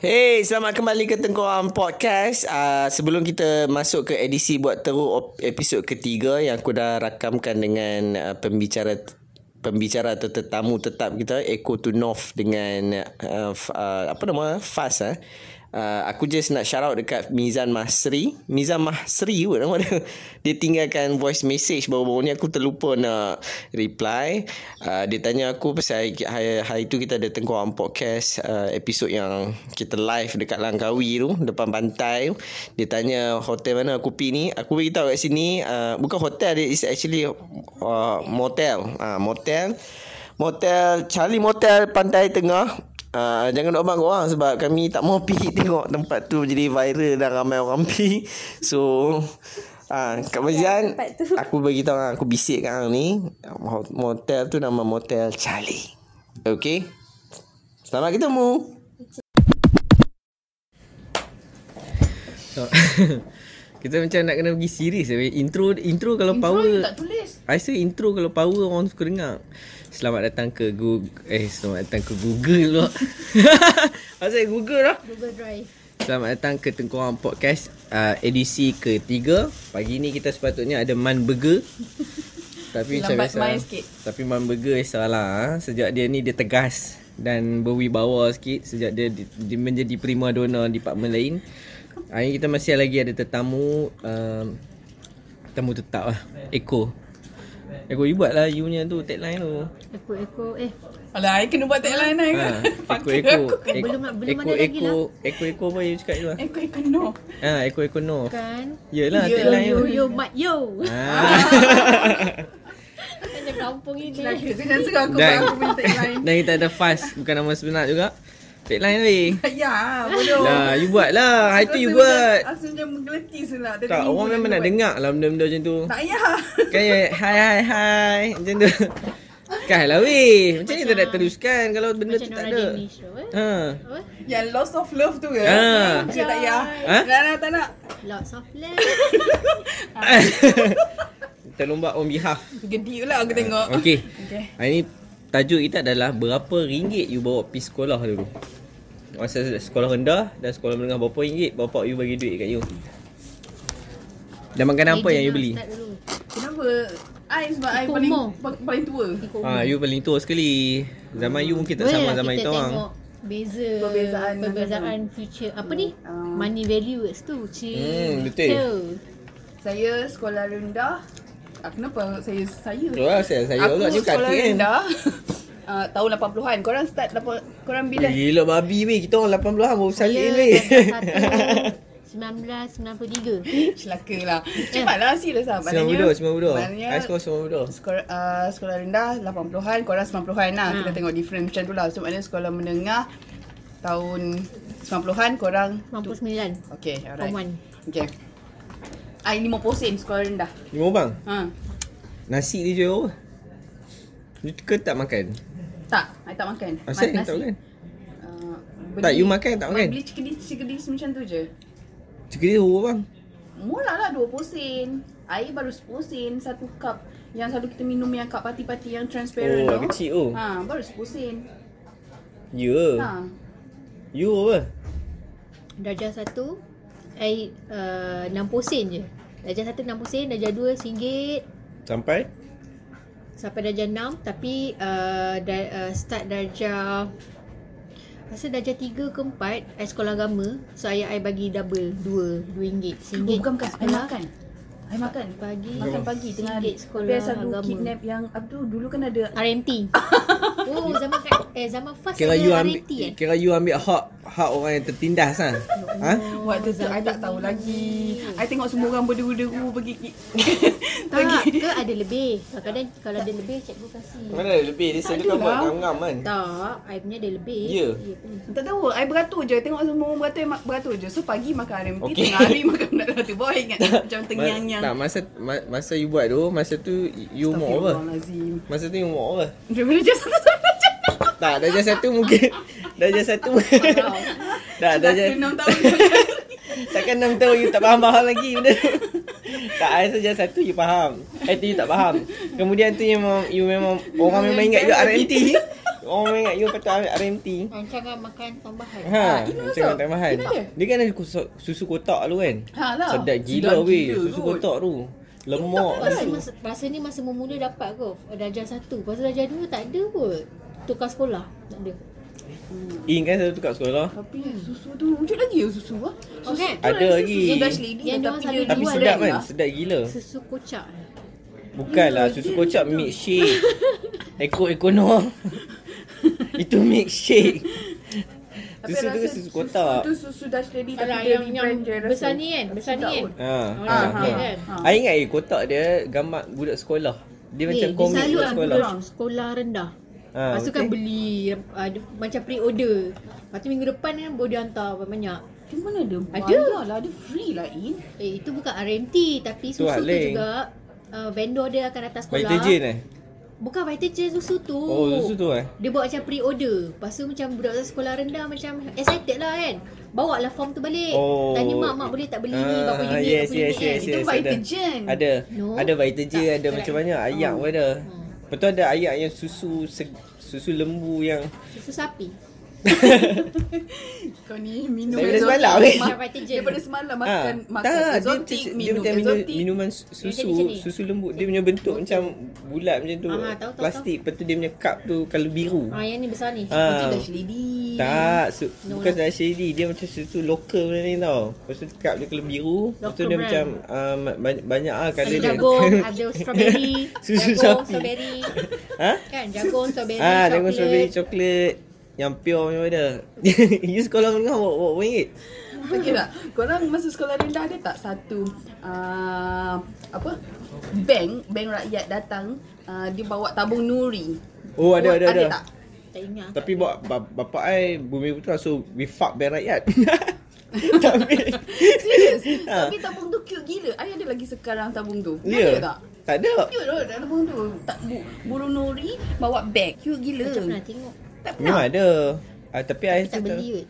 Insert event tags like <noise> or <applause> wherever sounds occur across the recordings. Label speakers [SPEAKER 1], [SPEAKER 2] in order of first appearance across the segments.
[SPEAKER 1] Hey, selamat kembali ke Tengkorak Podcast. Uh, sebelum kita masuk ke edisi buat teruk op- episod ketiga yang aku dah rakamkan dengan uh, pembicara pembicara atau tetamu tetap kita Eko to North dengan uh, f- uh, apa nama Fas eh. Uh, aku just nak shout out dekat Mizan Masri Mizan Masri kot nama dia <laughs> Dia tinggalkan voice message baru-baru ni Aku terlupa nak reply uh, Dia tanya aku pasal hari, hari tu kita ada Tengkorak Podcast uh, Episod yang kita live dekat Langkawi tu Depan pantai tu Dia tanya hotel mana aku pergi ni Aku beritahu kat sini uh, Bukan hotel dia is actually uh, motel uh, Motel Motel Charlie Motel Pantai Tengah Uh, jangan nak abang korang sebab kami tak mau pergi <laughs> tengok tempat tu jadi viral dan ramai orang pergi. So Ah, Kak Mazian,
[SPEAKER 2] tempat tu.
[SPEAKER 1] aku beritahu hang, aku bisik kat hang ni, hot- motel tu nama motel Charlie. Okay? Selamat ketemu.
[SPEAKER 3] <laughs> Kita macam nak kena pergi serius eh. Intro intro kalau intro power tak tulis. I say intro kalau power orang suka dengar. Selamat datang ke Google eh selamat datang ke Google <laughs> lah. Asal Google lah.
[SPEAKER 2] Google Drive.
[SPEAKER 3] Selamat datang ke Tengkorang Podcast uh, edisi ketiga. Pagi ni kita sepatutnya ada Man Burger. Tapi macam
[SPEAKER 4] Lambat
[SPEAKER 3] biasa.
[SPEAKER 4] main sikit.
[SPEAKER 3] Tapi Man Burger salah. ah. Sejak dia ni dia tegas dan berwibawa sikit sejak dia, di- dia menjadi prima donna di department lain. Hari ni kita masih lagi ada tetamu um, tetamu tetap lah. Eko. Eko you buat lah you punya tu tagline tu.
[SPEAKER 2] Ekor-ekor eh
[SPEAKER 4] Alah, I kena buat tagline I kan.
[SPEAKER 3] Ah,
[SPEAKER 4] <laughs>
[SPEAKER 3] Eko
[SPEAKER 4] Pakai
[SPEAKER 3] Eko.
[SPEAKER 4] aku.
[SPEAKER 3] Eko
[SPEAKER 2] Belum- belum
[SPEAKER 3] Eko
[SPEAKER 2] ada lagi
[SPEAKER 3] Eko Eko Eko apa you cakap tu lah.
[SPEAKER 4] Eko, Eko, no.
[SPEAKER 3] Ha, Eko Eko no.
[SPEAKER 2] kan.
[SPEAKER 3] Yelah,
[SPEAKER 4] Yo,
[SPEAKER 3] tagline
[SPEAKER 2] Yo
[SPEAKER 3] tu.
[SPEAKER 2] yo mat yo.
[SPEAKER 3] Ah.
[SPEAKER 2] <laughs>
[SPEAKER 3] <laughs>
[SPEAKER 2] Macam kampung ini.
[SPEAKER 4] Lagi, jangan suruh aku buat
[SPEAKER 3] Dan,
[SPEAKER 4] aku punya tagline.
[SPEAKER 3] dan kita ada Fast, bukan nama sebenar juga. Tagline weh.
[SPEAKER 4] <laughs> Ya, bodoh.
[SPEAKER 3] Dah, you buat lah. Hari tu you
[SPEAKER 4] Aku rasa
[SPEAKER 3] buat.
[SPEAKER 4] macam- Aku macam menggeletir sulah. Dari
[SPEAKER 3] Tak,
[SPEAKER 4] minggu
[SPEAKER 3] orang memang
[SPEAKER 4] dah
[SPEAKER 3] nak
[SPEAKER 4] buat.
[SPEAKER 3] dengar lah benda-benda macam tu.
[SPEAKER 4] Tak <laughs> payah.
[SPEAKER 3] Kan, ya, hai hai hai. Macam tu. Kan lah weh. Macam ni tak nak teruskan kalau benda
[SPEAKER 2] Macam
[SPEAKER 3] tu tak
[SPEAKER 2] Nora
[SPEAKER 3] ada.
[SPEAKER 2] Danish tu eh.
[SPEAKER 3] Ha.
[SPEAKER 2] Apa?
[SPEAKER 4] Yang Ya, loss of love tu ke?
[SPEAKER 3] Ah.
[SPEAKER 4] Dia tak payah.
[SPEAKER 3] Ha?
[SPEAKER 4] Tak nak, tak nak.
[SPEAKER 2] Lots of love.
[SPEAKER 3] <laughs> Terlomba on behalf.
[SPEAKER 4] Gedi pula aku tengok.
[SPEAKER 3] Ha,
[SPEAKER 4] <laughs>
[SPEAKER 3] Okey.
[SPEAKER 4] Okey.
[SPEAKER 3] Hari ni tajuk kita adalah berapa ringgit you bawa pergi sekolah dulu. Masa sekolah rendah dan sekolah menengah berapa ringgit bapak you bagi duit kat you. Dan makanan apa
[SPEAKER 2] Legend
[SPEAKER 3] yang you
[SPEAKER 2] lah,
[SPEAKER 3] beli?
[SPEAKER 2] start dulu.
[SPEAKER 4] Kenapa? I sebab I
[SPEAKER 2] Ikut
[SPEAKER 4] paling
[SPEAKER 2] umur.
[SPEAKER 4] pa- paling tua.
[SPEAKER 2] Ikut
[SPEAKER 3] Ha, you paling tua sekali. Zaman you mungkin tak
[SPEAKER 2] Boleh
[SPEAKER 3] sama
[SPEAKER 2] lah
[SPEAKER 3] zaman
[SPEAKER 2] kita
[SPEAKER 3] itu orang.
[SPEAKER 2] tengok Beza
[SPEAKER 4] Perbezaan lah,
[SPEAKER 2] Perbezaan future Apa ni
[SPEAKER 4] Ah.
[SPEAKER 2] Money values tu Cik
[SPEAKER 3] Hmm, betul.
[SPEAKER 4] Saya sekolah rendah. Ah, kenapa saya saya?
[SPEAKER 3] Tu lah saya saya pula you
[SPEAKER 4] sekolah
[SPEAKER 3] kaki kan.
[SPEAKER 4] rendah. <laughs> Uh, tahun 80-an. Korang start lapan- korang bila? <laughs>
[SPEAKER 3] Gila Eh, babi weh, kita orang 80-an baru salin weh. <laughs>
[SPEAKER 2] Satu 1993
[SPEAKER 4] Celaka lah. Cepatlah sila sah.
[SPEAKER 3] 92, 92.
[SPEAKER 4] Maknanya
[SPEAKER 3] High school 92.
[SPEAKER 4] sekolah, uh, sekolah rendah 80-an, korang 90-an lah. Kita tengok difference macam tu lah. So maknanya sekolah menengah tahun 90-an korang
[SPEAKER 2] 99
[SPEAKER 4] Okay, alright.
[SPEAKER 2] Form one.
[SPEAKER 4] Okay. Ah, I 50 sen sekolah rendah.
[SPEAKER 3] Lima bang,
[SPEAKER 4] Ha.
[SPEAKER 3] nasi dia jual apa? You ke tak makan?
[SPEAKER 4] Tak, I tak makan.
[SPEAKER 3] Asal kan?
[SPEAKER 4] Ma-
[SPEAKER 3] tak
[SPEAKER 4] nasi.
[SPEAKER 3] makan?
[SPEAKER 4] Uh,
[SPEAKER 3] Tak, you makan tak kan? makan?
[SPEAKER 4] Beli cikidis-cikidis macam tu je.
[SPEAKER 3] Cikgu dia huruf bang.
[SPEAKER 4] Murah lah 20 sen. Air baru 10 sen satu cup. Yang selalu kita minum yang cup pati-pati yang transparent
[SPEAKER 3] Oh,
[SPEAKER 4] tu.
[SPEAKER 3] kecil tu.
[SPEAKER 4] Ha, baru 10 sen.
[SPEAKER 3] Ya.
[SPEAKER 4] Ha.
[SPEAKER 3] You apa?
[SPEAKER 2] Darjah satu I uh, 60 sen je Darjah satu 60 sen Darjah dua RM1
[SPEAKER 3] Sampai?
[SPEAKER 2] Sampai darjah enam Tapi uh, da, uh, Start darjah Masa darjah tiga ke empat I sekolah agama So ayah I bagi double Dua Dua ringgit
[SPEAKER 4] Oh,
[SPEAKER 2] Singgit
[SPEAKER 4] bukan bukan. Air makan. Air makan.
[SPEAKER 2] Pagi
[SPEAKER 4] Makan pagi tengah hari.
[SPEAKER 2] Sikit sekolah
[SPEAKER 4] Biar selalu
[SPEAKER 2] agama.
[SPEAKER 4] kidnap yang apa tu dulu kan ada
[SPEAKER 2] RMT
[SPEAKER 4] <laughs>
[SPEAKER 2] Oh zaman kat Eh zaman first
[SPEAKER 3] Kira
[SPEAKER 2] ada
[SPEAKER 3] you ambil
[SPEAKER 2] RMT eh
[SPEAKER 3] kira you ambil hak hak orang yang tertindas ah. ha?
[SPEAKER 4] Waktu tu, I tak tahu lagi. I tengok semua orang berderu-deru pergi ki-
[SPEAKER 2] Tak
[SPEAKER 4] pergi.
[SPEAKER 2] ke ada lebih Kadang-kadang kalau ada lebih Cikgu kasih
[SPEAKER 3] Mana ada lebih dia selalu kan buat ngam-ngam kan.
[SPEAKER 2] Tak I punya ada lebih
[SPEAKER 3] Ya.
[SPEAKER 2] Ya punya.
[SPEAKER 4] Tak tahu, I beratur je. Tengok semua orang beratur, I ma- beratur je. So pagi makan RMT,
[SPEAKER 3] Okey.
[SPEAKER 4] tengah hari makan benda tu. Bawa
[SPEAKER 3] <laughs>
[SPEAKER 4] ingat macam tengyang-nyang.
[SPEAKER 3] Tak masa ma- masa you buat tu, masa tu you umur apa?
[SPEAKER 4] Astagfirullahalazim.
[SPEAKER 3] Masa tu you umur apa?
[SPEAKER 4] Daripada just satu sampai just
[SPEAKER 3] Tak, darjah satu mungkin <laughs> darjah satu. <laughs> tak, darjah
[SPEAKER 4] Dah enam tahun.
[SPEAKER 3] <laughs> takkan 6 tahun you tak faham-faham lagi benda tu. <laughs> Tak, I darjah satu you
[SPEAKER 2] <laughs>
[SPEAKER 3] faham. Eh tu you tak faham. Kemudian tu you memang, you memang orang memang ingat you RMT. Orang ingat you patut ambil RMT.
[SPEAKER 2] Rancangan kan makan
[SPEAKER 3] <laughs>
[SPEAKER 2] tambahan.
[SPEAKER 3] Ha,
[SPEAKER 4] Ah, ini
[SPEAKER 3] macam
[SPEAKER 4] masuk.
[SPEAKER 3] tak mahal.
[SPEAKER 4] Ini ada.
[SPEAKER 3] Dia kan ada kusu- susu kotak tu kan.
[SPEAKER 4] Ha lah.
[SPEAKER 3] Sedap gila
[SPEAKER 4] Sedap
[SPEAKER 3] weh,
[SPEAKER 4] gila
[SPEAKER 3] susu
[SPEAKER 4] kot.
[SPEAKER 3] kotak tu. Lemak
[SPEAKER 2] Rasa,
[SPEAKER 3] tu.
[SPEAKER 2] masa, rasa ni masa memula dapat kot. Darjah satu. Lepas tu darjah dua tak ada kot. Tukar sekolah. Tak ada.
[SPEAKER 3] In kan selalu tukar sekolah.
[SPEAKER 4] Tapi susu tu wujud lagi ya susu ah. Susu
[SPEAKER 2] Okey.
[SPEAKER 4] tu
[SPEAKER 3] Ada
[SPEAKER 4] rasa
[SPEAKER 3] lagi.
[SPEAKER 4] Susu Dutch lady
[SPEAKER 2] Yang
[SPEAKER 4] tu,
[SPEAKER 2] dia orang
[SPEAKER 4] tapi
[SPEAKER 2] selalu
[SPEAKER 4] dia lah.
[SPEAKER 3] Tapi
[SPEAKER 2] Luar
[SPEAKER 3] sedap
[SPEAKER 2] dah.
[SPEAKER 3] kan? Sedap gila.
[SPEAKER 2] Susu kocak.
[SPEAKER 3] Bukanlah susu kocak milkshake. Ekor-ekor Noah. Itu milkshake.
[SPEAKER 4] Tapi
[SPEAKER 3] Susu tu
[SPEAKER 4] rasa
[SPEAKER 3] susu kotak.
[SPEAKER 4] Susu tu susu Dutch lady tapi
[SPEAKER 2] Alah,
[SPEAKER 4] dia
[SPEAKER 2] yang, yang
[SPEAKER 4] rebrand je rasa.
[SPEAKER 2] besar ni kan. Besar ni kan.
[SPEAKER 3] Ha.
[SPEAKER 2] Orang
[SPEAKER 3] Ha.
[SPEAKER 2] cakap
[SPEAKER 3] ha.
[SPEAKER 2] kan.
[SPEAKER 3] I ingat eh kotak dia gambar budak sekolah. Dia macam
[SPEAKER 2] Eh, dia
[SPEAKER 3] komik
[SPEAKER 2] selalu
[SPEAKER 3] budak
[SPEAKER 2] lah
[SPEAKER 3] sekolah.
[SPEAKER 2] orang sekolah rendah.
[SPEAKER 3] Ha,
[SPEAKER 2] Lepas tu kan
[SPEAKER 3] betul.
[SPEAKER 2] beli uh, dia- macam pre-order. Lepas tu minggu depan kan boleh hantar banyak.
[SPEAKER 4] Di mana ada?
[SPEAKER 2] Ada.
[SPEAKER 4] Bayar lah, ada free lah In.
[SPEAKER 2] Eh, itu bukan RMT tapi
[SPEAKER 3] Tu
[SPEAKER 2] susu tu,
[SPEAKER 3] Haling.
[SPEAKER 2] juga uh, vendor dia akan datang sekolah.
[SPEAKER 3] Vitagen eh?
[SPEAKER 2] Bukan Vitagen susu tu.
[SPEAKER 3] Oh, susu tu eh?
[SPEAKER 2] Dia buat macam pre-order. Lepas tu macam budak-budak sekolah rendah macam excited lah kan. Bawa lah form tu balik.
[SPEAKER 3] Oh.
[SPEAKER 2] Tanya mak, mak boleh tak beli ni
[SPEAKER 3] Ah,
[SPEAKER 2] berapa
[SPEAKER 3] yes,
[SPEAKER 2] unit, berapa
[SPEAKER 3] yes,
[SPEAKER 2] unit
[SPEAKER 3] yes,
[SPEAKER 2] kan.
[SPEAKER 4] Itu
[SPEAKER 3] yes,
[SPEAKER 4] Vitagen.
[SPEAKER 3] Ada. Ada,
[SPEAKER 2] No.
[SPEAKER 3] ada Vitagen,
[SPEAKER 2] Tak, Oh.
[SPEAKER 3] ada
[SPEAKER 2] tak.
[SPEAKER 3] macam mana? Ayak pun ada. Lepas tu ada ayak yang susu seg- susu lembu yang
[SPEAKER 2] Susu sapi.
[SPEAKER 4] Kau ni minum
[SPEAKER 3] Daripada
[SPEAKER 4] exotic.
[SPEAKER 3] semalam, weh.
[SPEAKER 4] Ma-
[SPEAKER 2] Vitagen.
[SPEAKER 4] Daripada semalam
[SPEAKER 3] Ah,
[SPEAKER 4] makan makan
[SPEAKER 3] tak,
[SPEAKER 4] exotic,
[SPEAKER 3] dia,
[SPEAKER 4] minum
[SPEAKER 3] dia, dia,
[SPEAKER 4] exotic.
[SPEAKER 3] minuman su-
[SPEAKER 2] Dia
[SPEAKER 3] susu,
[SPEAKER 2] macam ni.
[SPEAKER 3] susu lembu. Dia punya bentuk macam bulat macam tu.
[SPEAKER 2] Ah, tahu, tahu,
[SPEAKER 3] plastik. Lepas tu dia punya cup tu kalau biru.
[SPEAKER 2] Ah, yang ni besar ni.
[SPEAKER 3] Ah.
[SPEAKER 4] Itu Dutch lady.
[SPEAKER 3] Tak, su-
[SPEAKER 2] No, lah.
[SPEAKER 3] bukan
[SPEAKER 2] no.
[SPEAKER 3] dari Shady. Dia macam susu lokal benda ni tau. Lepas tu cup dia kalau biru. Lepas tu
[SPEAKER 2] Local
[SPEAKER 3] dia
[SPEAKER 2] brand.
[SPEAKER 3] macam um, banyak, banyak lah
[SPEAKER 2] Ada
[SPEAKER 3] kala dia.
[SPEAKER 2] jagung, ada strawberry,
[SPEAKER 3] Susu
[SPEAKER 2] jagung,
[SPEAKER 3] sapi.
[SPEAKER 2] strawberry.
[SPEAKER 3] <laughs> ha?
[SPEAKER 2] Kan jagung, strawberry,
[SPEAKER 3] Ah,
[SPEAKER 2] coklat.
[SPEAKER 3] dengan strawberry coklat. Yang pure memang ada. <laughs> you sekolah menengah bawa bawa ringgit.
[SPEAKER 4] Okey tak? Korang masa sekolah rendah ada tak satu uh, apa? Bank, bank rakyat datang uh, dia bawa tabung nuri.
[SPEAKER 3] Oh, ada, ada, ada.
[SPEAKER 4] tak?
[SPEAKER 2] Tak ingat.
[SPEAKER 3] Tapi bawa ba- bapak I Bumi Putra so we fuck band rakyat. tak ambil.
[SPEAKER 4] Serius?
[SPEAKER 3] Ah.
[SPEAKER 4] Tapi tabung tu cute gila. I ada lagi sekarang tabung tu. Ada
[SPEAKER 3] <laughs> Ya.
[SPEAKER 4] tak?
[SPEAKER 3] Tak ada.
[SPEAKER 4] Cute tu tabung tu. Tak bu, burung nuri bawa bag. Cute gila.
[SPEAKER 2] Macam pernah tengok.
[SPEAKER 4] Tak
[SPEAKER 3] Memang
[SPEAKER 4] pernah.
[SPEAKER 3] ada. Ah, tapi I
[SPEAKER 2] Tak
[SPEAKER 3] rasa
[SPEAKER 2] beli kot.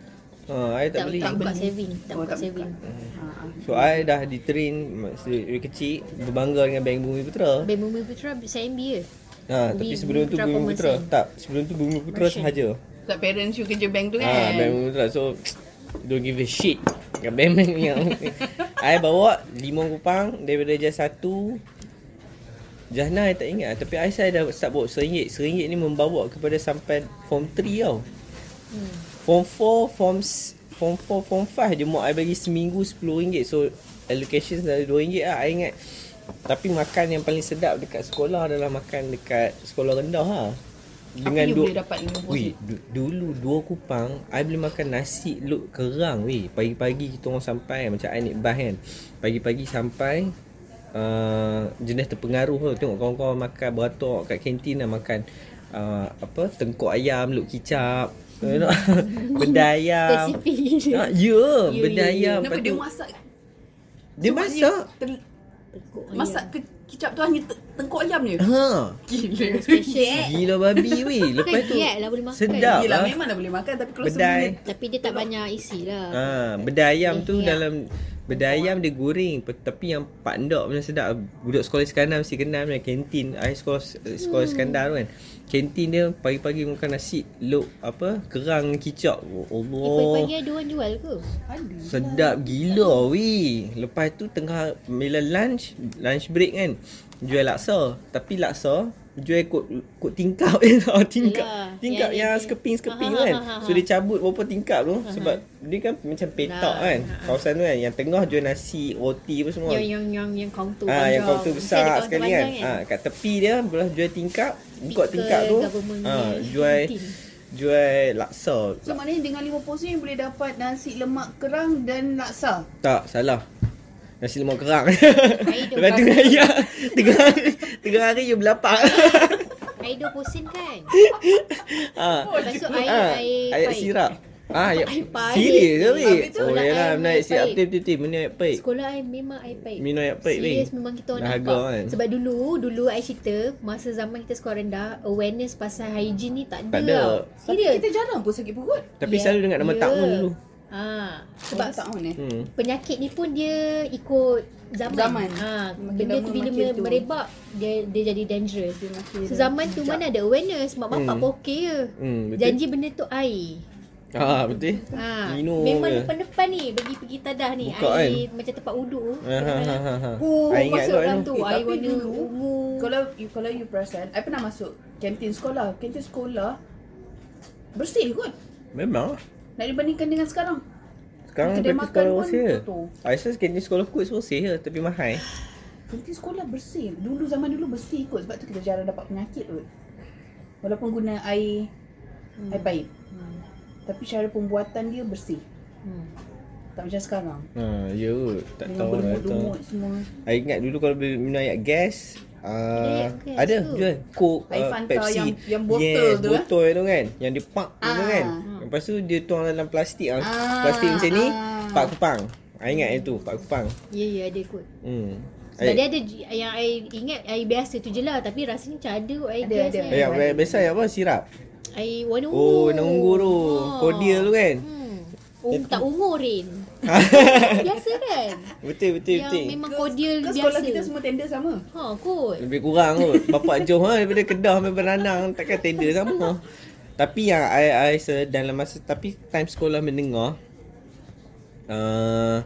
[SPEAKER 3] Ha, I tak,
[SPEAKER 2] Tak-
[SPEAKER 3] beli. Oh,
[SPEAKER 2] tak buka saving, tak buka saving.
[SPEAKER 4] Oh, Ha, ha.
[SPEAKER 3] So I dah ditrain masa dari kecil berbangga dengan Bank Bumi Putra.
[SPEAKER 2] Bank Bumi Putra CMB ke?
[SPEAKER 3] Ha,
[SPEAKER 2] Bumi-
[SPEAKER 3] tapi sebelum
[SPEAKER 2] Bumi
[SPEAKER 3] tu
[SPEAKER 2] Putra
[SPEAKER 3] Bumi
[SPEAKER 2] Commerce
[SPEAKER 3] Putra
[SPEAKER 2] eh?
[SPEAKER 3] tak, sebelum tu Bumi Putra
[SPEAKER 2] Merchant.
[SPEAKER 3] sahaja.
[SPEAKER 4] Tak parents you kerja bank tu kan.
[SPEAKER 3] Ha, Bank Bumi Putra so don't give a shit. Dengan bank bank yang
[SPEAKER 4] <laughs>
[SPEAKER 3] I bawa limau kupang daripada jas satu Jas nine I tak ingat Tapi I saya dah start bawa RM1 RM1 ni membawa kepada sampai Form 3 tau
[SPEAKER 2] Hmm.
[SPEAKER 3] Form 4, form s- form 4, form 5 dia mak I bagi seminggu RM10. So allocation dari RM2 lah I ingat. Tapi makan yang paling sedap dekat sekolah adalah makan dekat sekolah rendah lah. Dengan
[SPEAKER 4] Dengan Apa you
[SPEAKER 3] dua
[SPEAKER 4] boleh dapat dengan
[SPEAKER 3] Weh,
[SPEAKER 4] positif?
[SPEAKER 3] du- dulu dua kupang I boleh makan nasi luk kerang weh. Pagi-pagi kita orang sampai macam I naik bas kan. Pagi-pagi sampai uh, jenis terpengaruh lah. Tengok kawan-kawan makan beratok kat kantin lah makan uh, apa tengkok ayam luk kicap. <laughs> You know? benda ayam. <laughs>
[SPEAKER 2] Spesifik
[SPEAKER 3] Ah, ya,
[SPEAKER 2] gila.
[SPEAKER 3] yeah,
[SPEAKER 2] Ya,
[SPEAKER 3] benda
[SPEAKER 2] ya, ya.
[SPEAKER 3] ayam.
[SPEAKER 4] Kenapa
[SPEAKER 3] Lepas
[SPEAKER 4] dia
[SPEAKER 3] tu-
[SPEAKER 4] masak?
[SPEAKER 3] dia
[SPEAKER 4] Maksudnya
[SPEAKER 3] masak.
[SPEAKER 4] ter-
[SPEAKER 2] Tekuk ayam.
[SPEAKER 4] Masak ke, kicap tu hanya te- tengkok
[SPEAKER 3] <laughs>
[SPEAKER 4] ayam je.
[SPEAKER 3] Ha.
[SPEAKER 4] Gila.
[SPEAKER 2] Special.
[SPEAKER 3] Gila babi weh. Lepas tu
[SPEAKER 2] Kegiat Eh. lah boleh makan.
[SPEAKER 3] sedap
[SPEAKER 4] Yelah
[SPEAKER 3] lah.
[SPEAKER 4] memang dah boleh makan tapi kalau
[SPEAKER 3] Bedai.
[SPEAKER 4] semuanya
[SPEAKER 2] Tapi dia tak banyak isi lah.
[SPEAKER 3] Ah, beda ayam tu
[SPEAKER 2] Leher.
[SPEAKER 3] dalam beda ayam dia goreng pe- tapi yang pandak punya sedap. Budak sekolah Iskandar mesti kenal punya kantin. Ai sekolah sekolah
[SPEAKER 2] Hmm.
[SPEAKER 3] Iskandar tu kan. Kantin dia pagi-pagi makan nasi lok apa kerang kicap. Oh,
[SPEAKER 2] Eh, pagi-pagi
[SPEAKER 3] Allah.
[SPEAKER 2] ada orang jual ke?
[SPEAKER 4] ada.
[SPEAKER 3] Sedap gila weh. Lepas tu tengah bila lunch, lunch break kan. Jual laksa. Tapi laksa jual kot kot tingkap <laughs> je tau. Tingkap.
[SPEAKER 2] Yelah,
[SPEAKER 3] Tingkap
[SPEAKER 2] yang-
[SPEAKER 3] yang
[SPEAKER 2] yang-
[SPEAKER 3] sekeping-sekeping
[SPEAKER 2] Ha, ha,
[SPEAKER 3] kan.
[SPEAKER 2] ha, ha,
[SPEAKER 3] So dia cabut berapa tingkap tu sebab dia kan macam petak
[SPEAKER 2] Lah,
[SPEAKER 3] kan.
[SPEAKER 2] ha, ha.
[SPEAKER 3] Kawasan tu kan yang tengah jual nasi, roti apa semua.
[SPEAKER 2] Yang yang yang yang kaunter
[SPEAKER 3] Ah, yang
[SPEAKER 2] panjang.
[SPEAKER 3] kaunter
[SPEAKER 2] Mesti
[SPEAKER 3] besar
[SPEAKER 2] ada kaunter
[SPEAKER 3] sekali kan.
[SPEAKER 2] panjang
[SPEAKER 3] Ah, kat tepi dia belah jual tingkap, buka
[SPEAKER 2] Pickle,
[SPEAKER 3] tingkap tu.
[SPEAKER 2] government
[SPEAKER 3] Ah,
[SPEAKER 2] punya
[SPEAKER 3] jual
[SPEAKER 2] kantin.
[SPEAKER 3] jual laksa.
[SPEAKER 4] So maknanya dengan lima porsi yang boleh dapat nasi lemak kerang dan laksa.
[SPEAKER 3] Tak, salah. Nasi lemak kerang.
[SPEAKER 2] tu
[SPEAKER 3] Lepas tu
[SPEAKER 2] bukan-
[SPEAKER 3] ya, tiga hari, tiga hari you berlapak.
[SPEAKER 2] Aido posin
[SPEAKER 3] <laughs>
[SPEAKER 2] kan?
[SPEAKER 3] ha.
[SPEAKER 2] Lepas tu Oh, air
[SPEAKER 3] Ah,
[SPEAKER 2] air
[SPEAKER 3] ayat
[SPEAKER 2] pahit. Oh,
[SPEAKER 3] sirap. Ah, ayat
[SPEAKER 2] Air pahit.
[SPEAKER 3] serius ke weh?
[SPEAKER 2] Habis tu
[SPEAKER 3] Oh,
[SPEAKER 2] lah,
[SPEAKER 3] yalah,
[SPEAKER 2] air
[SPEAKER 3] minum ayat
[SPEAKER 2] pahit.
[SPEAKER 3] sirap. Betul, betul, betul. Minum ayat pahit.
[SPEAKER 2] Sekolah I memang I baik.
[SPEAKER 3] Minum ayat pahit, weh.
[SPEAKER 2] Serius memang kita orang
[SPEAKER 3] Dahaga,
[SPEAKER 2] nampak.
[SPEAKER 3] kan?
[SPEAKER 2] Sebab dulu, dulu I cerita, masa zaman kita sekolah rendah, awareness pasal hygiene ni tak ada.
[SPEAKER 3] Tak ada.
[SPEAKER 2] Tau.
[SPEAKER 4] Tapi
[SPEAKER 2] Serius.
[SPEAKER 4] kita jarang pun sakit perut.
[SPEAKER 3] Tapi
[SPEAKER 2] Yeah.
[SPEAKER 3] selalu dengar nama
[SPEAKER 2] Ya.
[SPEAKER 3] takmun dulu.
[SPEAKER 2] Ah,
[SPEAKER 4] Sebab
[SPEAKER 2] sebab
[SPEAKER 4] tak on eh.
[SPEAKER 3] Hmm.
[SPEAKER 2] penyakit ni pun dia ikut zaman.
[SPEAKER 4] Zaman.
[SPEAKER 2] Ha,
[SPEAKER 4] Makin
[SPEAKER 2] benda
[SPEAKER 4] lama
[SPEAKER 2] tu bila
[SPEAKER 4] makin tu.
[SPEAKER 2] merebak dia dia jadi dangerous.
[SPEAKER 4] Dia makin
[SPEAKER 2] So zaman tu
[SPEAKER 4] bijak.
[SPEAKER 2] mana ada awareness, mak bapak
[SPEAKER 3] Hmm.
[SPEAKER 2] pun okey je.
[SPEAKER 3] Hmm, betul.
[SPEAKER 2] Janji benda tu air.
[SPEAKER 3] Ah, betul.
[SPEAKER 2] Ha,
[SPEAKER 3] Minum
[SPEAKER 2] memang
[SPEAKER 3] je.
[SPEAKER 2] depan-depan ni pergi pergi tadah ni
[SPEAKER 3] Buka kan?
[SPEAKER 2] air macam tempat uduk.
[SPEAKER 3] Ha, ha, ha, ha, ha.
[SPEAKER 2] Oh,
[SPEAKER 3] I ingat
[SPEAKER 2] masuk
[SPEAKER 3] kot
[SPEAKER 2] dalam
[SPEAKER 3] tu.
[SPEAKER 2] tu.
[SPEAKER 4] Eh,
[SPEAKER 2] Air
[SPEAKER 4] tapi
[SPEAKER 2] warna
[SPEAKER 4] dulu,
[SPEAKER 2] ungu.
[SPEAKER 4] Kalau you, kalau you perasan, I pernah masuk kantin sekolah. Kantin sekolah bersih kot.
[SPEAKER 3] Memang. lah.
[SPEAKER 4] Nak dibandingkan dengan sekarang.
[SPEAKER 3] Sekarang
[SPEAKER 4] Kedai
[SPEAKER 3] kantin
[SPEAKER 4] makan
[SPEAKER 3] sekolah
[SPEAKER 4] pun
[SPEAKER 3] rosih je.
[SPEAKER 4] tutup.
[SPEAKER 3] I rasa kantin sekolah kot rosih je tapi mahal.
[SPEAKER 4] Kantin sekolah bersih. Dulu zaman dulu bersih kot. Sebab tu kita jarang dapat penyakit kot. Walaupun guna air hmm. air paip.
[SPEAKER 2] Hmm.
[SPEAKER 4] Tapi cara pembuatan dia bersih.
[SPEAKER 2] Hmm.
[SPEAKER 4] Tak macam sekarang.
[SPEAKER 3] Ha, ya kot. Tak
[SPEAKER 4] dengan
[SPEAKER 3] tahu lah. tak tahu.
[SPEAKER 4] berlumut-lumut semua.
[SPEAKER 3] I ingat dulu kalau beli minum ayak gas
[SPEAKER 4] Eh,
[SPEAKER 2] Minum
[SPEAKER 3] Uh,
[SPEAKER 2] ayak gas
[SPEAKER 3] ada
[SPEAKER 2] tu.
[SPEAKER 3] jual Coke,
[SPEAKER 4] Air
[SPEAKER 3] uh,
[SPEAKER 4] Fanta
[SPEAKER 3] Pepsi
[SPEAKER 4] yang- yang botol
[SPEAKER 3] yes,
[SPEAKER 4] tu, eh?
[SPEAKER 3] botol tu kan Yang dia pak ah. tu
[SPEAKER 4] Ah.
[SPEAKER 3] kan Lepas tu dia tuang dalam plastik ah.
[SPEAKER 4] Ah,
[SPEAKER 3] Plastik macam ni
[SPEAKER 4] ah.
[SPEAKER 3] Pak Kupang I ingat yang tu Pak Kupang
[SPEAKER 2] Ya, ya ada kot.
[SPEAKER 3] hmm.
[SPEAKER 2] Sebab dia ada j- yang I ingat air biasa tu je lah Tapi rasanya macam ada kot air
[SPEAKER 4] Ada,
[SPEAKER 2] gas
[SPEAKER 4] ada.
[SPEAKER 2] kan.
[SPEAKER 3] Ayak ayak ya, biasa ayak apa? Sirap
[SPEAKER 2] Air warna ungu Ha.
[SPEAKER 3] Oh, warna ungu tu Cordial tu kan
[SPEAKER 2] hmm. Um, tak
[SPEAKER 3] <laughs>
[SPEAKER 2] ungu Rin Biasa kan
[SPEAKER 3] Betul betul
[SPEAKER 2] Yang
[SPEAKER 3] betul
[SPEAKER 2] memang cordial
[SPEAKER 4] Ke
[SPEAKER 2] biasa
[SPEAKER 4] sekolah kita semua tender sama.
[SPEAKER 2] Ha kot
[SPEAKER 3] Lebih kurang
[SPEAKER 2] <laughs>
[SPEAKER 3] kot Bapak Johor ha, daripada Kedah sampai Beranang Takkan tender sama Tapi yang I, I se- dalam masa Tapi time sekolah menengah uh,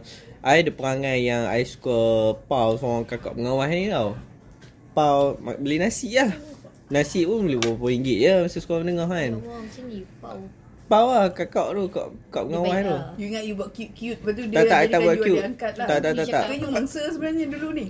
[SPEAKER 3] I ada perangai yang I suka Pau seorang kakak pengawas ni tau Pau ma- beli nasi lah Nasi pun boleh berapa ringgit je masa sekolah menengah kan
[SPEAKER 2] Ya Allah macam ni Pau
[SPEAKER 3] Pau lah kakak tu, kakak, kakak pengawas
[SPEAKER 2] baik
[SPEAKER 3] tu
[SPEAKER 2] lah.
[SPEAKER 4] You ingat you buat cute-cute Lepas tu
[SPEAKER 3] Tak, tak, I tak
[SPEAKER 4] jadikan
[SPEAKER 3] buat
[SPEAKER 4] you
[SPEAKER 3] cute.
[SPEAKER 4] ada angkat lah
[SPEAKER 3] Tak, tak,
[SPEAKER 2] tak, tak.
[SPEAKER 4] Ke you mangsa sebenarnya dulu ni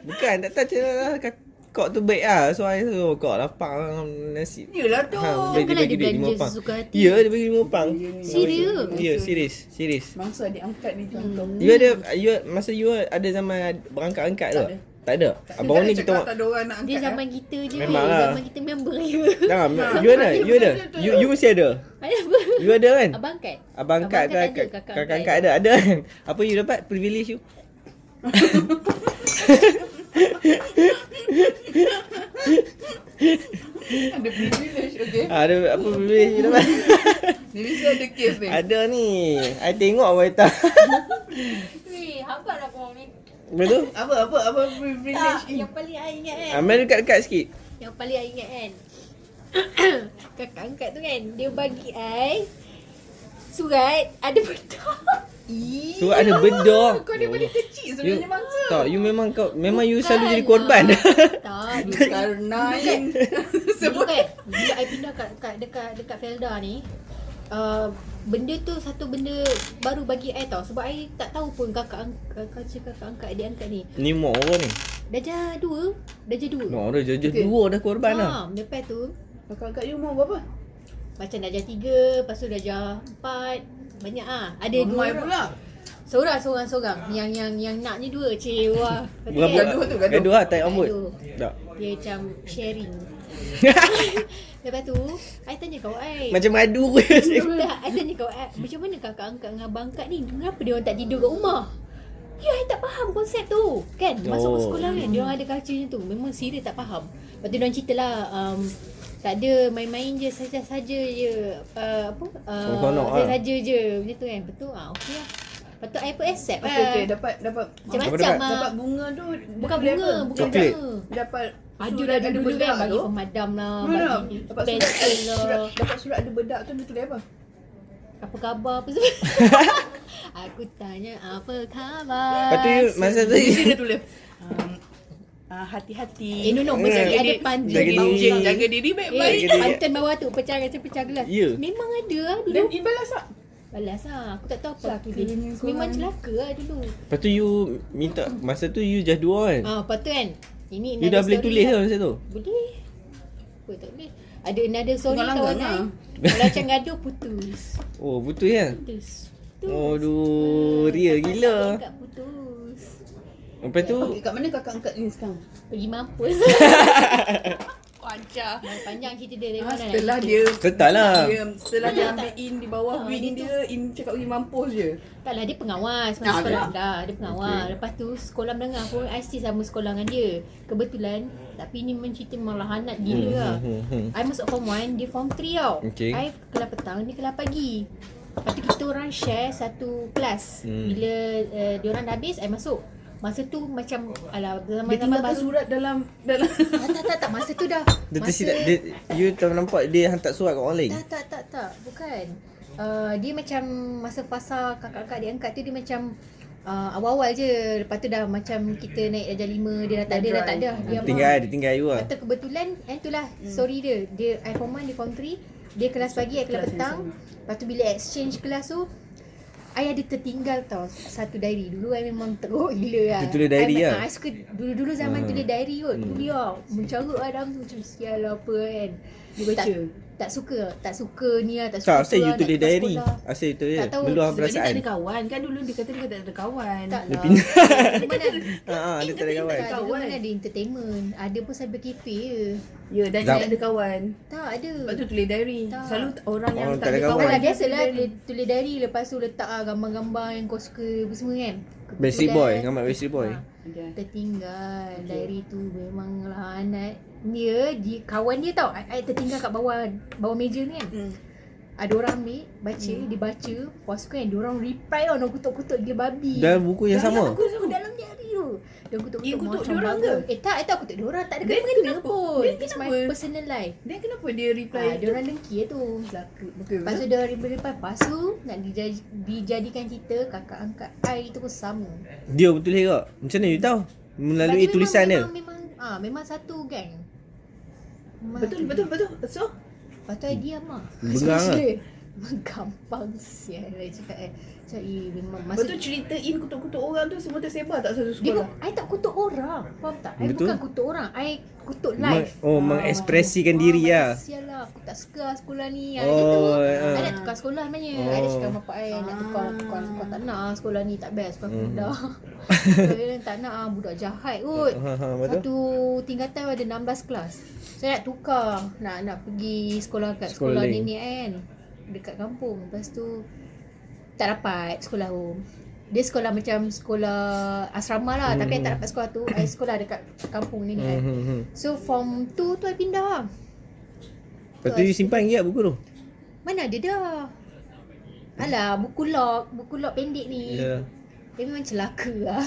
[SPEAKER 3] Bukan tak tahu macam mana lah Kakak tu baik lah So I suruh kakak lapang lah, nasi
[SPEAKER 4] Yelah tu
[SPEAKER 3] Ha, dia,
[SPEAKER 2] Takkanlah
[SPEAKER 3] dia bagi
[SPEAKER 2] dia
[SPEAKER 3] duit
[SPEAKER 2] belanja
[SPEAKER 3] lima pang.
[SPEAKER 2] sesuka hati.
[SPEAKER 3] Ya, dia bagi lima pang.
[SPEAKER 2] Serius?
[SPEAKER 3] Ya, serius, serius.
[SPEAKER 4] Mangsa adik angkat ni contoh
[SPEAKER 3] You ada you masa you ada zaman berangkat-angkat tu?
[SPEAKER 4] Tak ada.
[SPEAKER 3] Tak ada. Abang ni kita
[SPEAKER 4] Tak ada orang nak angkat eh.
[SPEAKER 2] Dia zaman kita je
[SPEAKER 3] Memang
[SPEAKER 2] Rin.
[SPEAKER 3] lah.
[SPEAKER 2] Zaman kita memang <laughs> beraya
[SPEAKER 3] Jangan, you ada, you ada. You you mesti ada.
[SPEAKER 2] Ada apa
[SPEAKER 3] You ada kan?
[SPEAKER 2] Abang angkat
[SPEAKER 3] Abang angkat ke
[SPEAKER 2] Abang angkat ada, kakak
[SPEAKER 3] kakak angkat
[SPEAKER 2] angkat
[SPEAKER 3] ada? Ada <laughs> kan? Apa you dapat? Privilege you?
[SPEAKER 4] Ada privilege okay
[SPEAKER 3] Ah, Ada apa privilege you dapat?
[SPEAKER 4] Dia mesti ada case ni
[SPEAKER 3] Ada ni. I tengok awak tak.
[SPEAKER 2] Weh hambat lah kau ni
[SPEAKER 3] Betul?
[SPEAKER 4] Apa apa apa privilege
[SPEAKER 2] Tak
[SPEAKER 4] ni
[SPEAKER 2] Yang paling I ingat kan
[SPEAKER 3] Amal Ah, dekat-dekat sikit.
[SPEAKER 2] Yang paling I ingat kan <coughs> Kakak angkat tu kan Dia bagi I Surat Ada betul
[SPEAKER 4] Ih,
[SPEAKER 3] So ada bedah.
[SPEAKER 4] Kau daripada
[SPEAKER 3] You,
[SPEAKER 4] kecil sebenarnya mangsa
[SPEAKER 3] tak, you memang kau memang <laughs> you
[SPEAKER 2] Bukan
[SPEAKER 3] selalu jadi korban. <laughs>
[SPEAKER 2] lah. Kan? tak. Dulu kan.
[SPEAKER 4] Karena
[SPEAKER 2] Dulu kan. Bila I pindah kat, kat dekat dekat Felda ni, uh, benda tu satu benda baru bagi I tau sebab I tak tahu pun kakak angkat kakak kakak angkat adik angkat ni.
[SPEAKER 3] Ni mak orang ni.
[SPEAKER 2] Darjah dua, darjah dua.
[SPEAKER 3] Mak orang je
[SPEAKER 4] Okey.
[SPEAKER 3] dua dah korban lah.
[SPEAKER 2] Ha, lepas tu
[SPEAKER 4] Kakak-kakak you umur berapa?
[SPEAKER 2] macam darjah tiga, lepas tu darjah empat. Banyak ah. Ada dua.
[SPEAKER 4] Umai
[SPEAKER 2] orang.
[SPEAKER 4] pula
[SPEAKER 2] Seorang seorang seorang. Yang yang yang naknya dua. Cik wah.
[SPEAKER 3] Berapa?
[SPEAKER 4] Gaduh tu, gaduh.
[SPEAKER 3] Gaduh lah, tarik rambut.
[SPEAKER 2] Gaduh.
[SPEAKER 3] Tak.
[SPEAKER 2] Dia macam
[SPEAKER 3] <laughs>
[SPEAKER 2] sharing. Lepas tu, I tanya kau, I.
[SPEAKER 3] Macam madu
[SPEAKER 2] Tak, I tanya kau, I, macam mana kakak angkat dengan abang angkat ni? Kenapa dia orang tak tidur kat rumah? Ya, I tak faham konsep tu. Kan? Masa oh.
[SPEAKER 3] Oh.
[SPEAKER 2] sekolah kan, dia orang ada culture macam tu. Memang serius tak faham. Lepas tu, dia orang cerita lah, um, tak ada main-main je saja-saja je uh, apa uh,
[SPEAKER 3] Seronok lah.
[SPEAKER 2] saja je benda tu kan betul ah okey lah lepas tu I pun accept lah
[SPEAKER 4] Okay okay dapat dapat
[SPEAKER 2] macam-macam
[SPEAKER 3] Dapat-
[SPEAKER 2] lah
[SPEAKER 4] Dapat bunga tu
[SPEAKER 2] bukan bunga bukan
[SPEAKER 3] Coklat.
[SPEAKER 2] bunga
[SPEAKER 4] Dapat
[SPEAKER 2] ada
[SPEAKER 4] surat
[SPEAKER 2] lah dulu dulu kan
[SPEAKER 4] bedak
[SPEAKER 2] bagi
[SPEAKER 4] tu.
[SPEAKER 2] pemadam lah
[SPEAKER 4] No, no.
[SPEAKER 2] bagi
[SPEAKER 4] Dapat surat, eh,
[SPEAKER 2] pensil
[SPEAKER 4] surat,
[SPEAKER 2] lah
[SPEAKER 4] dapat surat ada bedak tu dia tulis apa?
[SPEAKER 2] apa khabar apa semua <laughs> aku tanya apa khabar
[SPEAKER 3] Lepas tu you masa tu ya.
[SPEAKER 4] Di sini dia tulis. Um, ah, hati-hati.
[SPEAKER 2] eh no no mesti
[SPEAKER 3] Jaga
[SPEAKER 2] ada
[SPEAKER 4] diri-
[SPEAKER 3] Hmm,
[SPEAKER 2] panjang
[SPEAKER 3] jaga
[SPEAKER 2] bawah.
[SPEAKER 3] diri.
[SPEAKER 4] jaga diri
[SPEAKER 2] eh
[SPEAKER 4] baik-baik.
[SPEAKER 3] diri.
[SPEAKER 2] pantun bawah tu pecah kacang pecah gelas
[SPEAKER 3] Ya.
[SPEAKER 2] memang ada lah
[SPEAKER 4] Dan
[SPEAKER 2] dulu
[SPEAKER 4] ibalas tak?
[SPEAKER 2] balas lah aku tak tahu apa aku
[SPEAKER 4] Celakanya
[SPEAKER 2] tulis
[SPEAKER 4] korang.
[SPEAKER 2] memang celaka lah dulu
[SPEAKER 3] Lepas tu you minta masa tu you just dua kan.
[SPEAKER 2] ah lepas tu kan ini
[SPEAKER 3] You dah
[SPEAKER 2] another
[SPEAKER 3] boleh
[SPEAKER 2] story
[SPEAKER 3] tulis
[SPEAKER 2] lah.
[SPEAKER 3] lah masa tu.
[SPEAKER 2] boleh apa tak boleh ada another story
[SPEAKER 4] Tengok
[SPEAKER 2] kawan
[SPEAKER 4] langgang
[SPEAKER 2] I
[SPEAKER 4] lah.
[SPEAKER 2] <laughs> kalau macam gaduh putus
[SPEAKER 3] Oh, putus ya.
[SPEAKER 2] putus putus
[SPEAKER 3] Aduh, ria
[SPEAKER 2] Kakak
[SPEAKER 3] gila.
[SPEAKER 2] tak ingat putus
[SPEAKER 3] Lepas tu
[SPEAKER 4] Okay, kat mana kakak angkat ni sekarang?
[SPEAKER 2] pergi mampus <laughs>
[SPEAKER 4] Wajah.
[SPEAKER 2] panjang cerita dia lah. dari
[SPEAKER 4] Ah,
[SPEAKER 2] mana nak
[SPEAKER 4] setelah
[SPEAKER 2] cerita.
[SPEAKER 4] dia
[SPEAKER 3] Tetap lah.
[SPEAKER 4] dia, Setelah dia
[SPEAKER 2] Tak.
[SPEAKER 4] ambil in di bawah
[SPEAKER 2] Ah,
[SPEAKER 4] wing
[SPEAKER 2] dia
[SPEAKER 4] dia In cakap pergi mampus je
[SPEAKER 2] Taklah dia pengawas masa
[SPEAKER 4] Ah,
[SPEAKER 2] sekolah
[SPEAKER 4] betul.
[SPEAKER 2] rendah, dia pengawas. Okay. Lepas tu sekolah menengah pun I still sama sekolah dengan dia. Kebetulan tapi ni memang cerita memang lahanat gila
[SPEAKER 3] Hmm,
[SPEAKER 2] lah.
[SPEAKER 3] hmm, hmm,
[SPEAKER 2] I masuk form 1, dia form 3 tau.
[SPEAKER 3] Okay.
[SPEAKER 2] I kelas petang, dia kelas pagi. Lepas tu kita orang share satu kelas. Hmm. Bila uh, diorang dah habis, I masuk. Masa tu macam alah
[SPEAKER 4] Dia
[SPEAKER 2] zaman-zaman
[SPEAKER 4] tinggalkan
[SPEAKER 2] baru.
[SPEAKER 4] surat dalam dalam
[SPEAKER 2] Ah, tak tak tak masa tu dah.
[SPEAKER 3] Dia
[SPEAKER 2] masa-
[SPEAKER 3] tersilap dia, You tak nampak dia hantar surat kat orang lain
[SPEAKER 2] Tak tak tak tak bukan. Uh, dia macam masa fasa kakak-kakak dia angkat tu dia macam uh, awal-awal je. Lepas tu dah macam kita naik darjah lima dia dah tak ada
[SPEAKER 4] Dah
[SPEAKER 2] dah tak ada.
[SPEAKER 4] dry.
[SPEAKER 2] Dia
[SPEAKER 3] Dia tinggal Dia tinggal you lah
[SPEAKER 2] Atau kebetulan eh, itulah hmm. story dia. Dia I form 1 dia form 3. Dia kelas pagi, I kelas
[SPEAKER 4] Kelas
[SPEAKER 2] petang. Lepas tu bila exchange kelas tu I ada tertinggal tau satu diary. Dulu I memang teruk gila lah.
[SPEAKER 3] Dia tulis diary
[SPEAKER 2] I,
[SPEAKER 3] lah.
[SPEAKER 2] I suka dulu-dulu zaman
[SPEAKER 3] Ah.
[SPEAKER 2] tulis diary kot. Hmm. Tulis lah. Mencarut lah dalam tu macam sial lah apa kan.
[SPEAKER 4] Dia baca.
[SPEAKER 2] Tak, tak suka. Tak suka ni lah. Tak suka
[SPEAKER 3] Tak, asal
[SPEAKER 2] tu
[SPEAKER 3] you
[SPEAKER 2] lah,
[SPEAKER 3] tulis
[SPEAKER 2] nak
[SPEAKER 3] diary
[SPEAKER 2] sekolah.
[SPEAKER 3] Asal you tulis
[SPEAKER 2] Tak tahu,
[SPEAKER 3] Meluah
[SPEAKER 4] Sebab dia tak
[SPEAKER 3] perasaan
[SPEAKER 4] ada kawan Kan dulu dia kata dia tak ada kawan
[SPEAKER 2] Tak
[SPEAKER 3] Dia
[SPEAKER 2] lah.
[SPEAKER 3] pindah.
[SPEAKER 2] Dia mana,
[SPEAKER 4] <laughs>
[SPEAKER 3] Ha, ah, Dia tak ada kawan
[SPEAKER 2] Eh, tak, dulu
[SPEAKER 4] Kawan.
[SPEAKER 2] mana ada entertainment. Ada pun cyber cafe je.
[SPEAKER 4] Ya dan
[SPEAKER 3] Tak.
[SPEAKER 4] dia ada kawan
[SPEAKER 2] Tak ada.
[SPEAKER 4] Sebab tu tulis diary
[SPEAKER 2] Tak. lah.
[SPEAKER 4] Selalu orang yang
[SPEAKER 3] Orang
[SPEAKER 4] tak ada kawan
[SPEAKER 2] Alah
[SPEAKER 4] dia
[SPEAKER 2] biasalah
[SPEAKER 4] tulis diary.
[SPEAKER 2] dia tulis diary lepas tu letak ah gambar-gambar yang kau suka apa semua kan.
[SPEAKER 3] Basic
[SPEAKER 2] Kebetulan-
[SPEAKER 3] boy Gambar basic boy
[SPEAKER 2] Ha,
[SPEAKER 4] Ada.
[SPEAKER 2] tertinggal okay. diary tu memang lah, anak dia, dia kawan dia tau. I, I tertinggal kat bawah bawah meja ni kan.
[SPEAKER 4] Hmm.
[SPEAKER 2] Ada orang ambil baca, dia baca, lepas tu kan dia orang reply on kutuk-kutuk gila babi.
[SPEAKER 3] Dalam buku yang sama
[SPEAKER 2] Aku tu dalam diary tu. Dia kutuk-kutuk
[SPEAKER 4] Eh, kutuk
[SPEAKER 2] macam
[SPEAKER 4] diorang
[SPEAKER 2] bagus. Eh tak, I tak kutuk dia orang, tak ada
[SPEAKER 4] Then
[SPEAKER 2] kena-mengena
[SPEAKER 4] kenapa?
[SPEAKER 2] pun.
[SPEAKER 4] Then
[SPEAKER 2] It's my
[SPEAKER 4] kenapa?
[SPEAKER 2] personal life.
[SPEAKER 4] Then kenapa dia reply
[SPEAKER 2] Ah, dia orang dengki je tu.
[SPEAKER 4] Selaka Betul
[SPEAKER 2] Lepas tu dia daripada lepas Lepas tu nak dijaj, dijadikan kita kakak angkat I tu pun sama
[SPEAKER 3] Dia betul ke Macam mana you tahu Melalui
[SPEAKER 2] Lepas tu
[SPEAKER 3] tulisan dia
[SPEAKER 2] memang, memang, memang, ah, memang satu gang Memang
[SPEAKER 4] Betul
[SPEAKER 2] satu.
[SPEAKER 4] betul betul So
[SPEAKER 2] Lepas tu I diam lah
[SPEAKER 3] Bengang
[SPEAKER 2] <laughs>
[SPEAKER 3] lah.
[SPEAKER 2] Memang gampang sial I cakap eh Cakap eh memang
[SPEAKER 4] Lepas
[SPEAKER 2] masa
[SPEAKER 4] tu ceritain kutuk-kutuk orang tu Semua tersebar tak satu
[SPEAKER 2] dia bu-
[SPEAKER 4] sekolah
[SPEAKER 2] I tak kutuk orang Faham tak? I
[SPEAKER 3] Betul.
[SPEAKER 2] bukan kutuk orang I kutuk
[SPEAKER 3] Ma-
[SPEAKER 2] life
[SPEAKER 3] oh, mengekspresikan diri
[SPEAKER 2] macam
[SPEAKER 3] lah.
[SPEAKER 2] Sial lah Aku tak suka lah sekolah ni Ah, Macam tu
[SPEAKER 3] Oh
[SPEAKER 2] I
[SPEAKER 3] ah.
[SPEAKER 2] nak tukar sekolah sebenarnya.
[SPEAKER 3] Oh.
[SPEAKER 2] Oh. I dah cakap dengan bapak I nak tukar,
[SPEAKER 4] Ah.
[SPEAKER 2] tukar, tukar. Tak nak ah, sekolah ni tak best. Sekolah
[SPEAKER 3] Hmm. <laughs>
[SPEAKER 2] hmm. budak. Sekolah ni tak nak ah, budak jahat kot.
[SPEAKER 3] Ha, ha, betul.
[SPEAKER 2] Satu tingkatan ada 16 kelas. Saya nak tukar. Nak nak pergi sekolah kat
[SPEAKER 3] Sekolah
[SPEAKER 2] sekolah, sekolah
[SPEAKER 3] lain.
[SPEAKER 2] nenek kan. Dekat kampung. Lepas tu tak dapat sekolah home. Dia sekolah macam sekolah asrama lah. Hmm. Tapi I tak dapat sekolah tu. I sekolah dekat kampung nenek
[SPEAKER 3] Hmm,
[SPEAKER 2] kan.
[SPEAKER 3] hmm, hmm.
[SPEAKER 2] So form 2 tu I pindah lah.
[SPEAKER 3] Lepas tu you simpan ke tak buku tu
[SPEAKER 2] Mana ada dah Alah buku log Buku log pendek ni yeah.
[SPEAKER 3] Ya
[SPEAKER 2] Dia memang celaka lah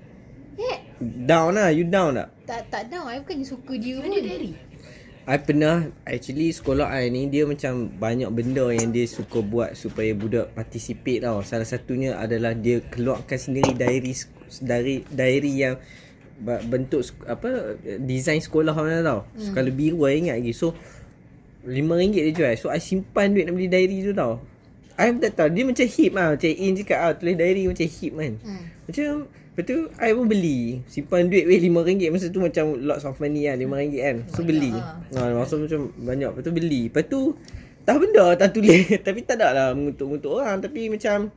[SPEAKER 2] <laughs> Eh
[SPEAKER 3] Down lah You down tak
[SPEAKER 2] tak tak tahu I bukannya suka dia pun
[SPEAKER 4] Ada diary
[SPEAKER 3] I pernah actually sekolah I ni dia macam banyak benda yang dia suka buat supaya budak participate tau. Salah satunya adalah dia keluarkan sendiri diary sk- dari diary yang ba- bentuk sk- apa design sekolah mana tau. Hmm. Kalau biru I ingat lagi. So RM5 dia jual. So I simpan duit nak beli diary tu tau. I pun tak tahu dia macam hip lah Macam In cakap ah, Tulis diary macam hip kan
[SPEAKER 2] Hmm.
[SPEAKER 3] Macam Lepas tu I pun beli Simpan duit weh RM5 Masa tu macam Lots of money lah RM5 kan So beli ha. Masa tu macam banyak Lepas tu beli Lepas tu Tak benda tak tulis <laughs> Tapi tak ada lah Mengutuk-mengutuk orang Tapi macam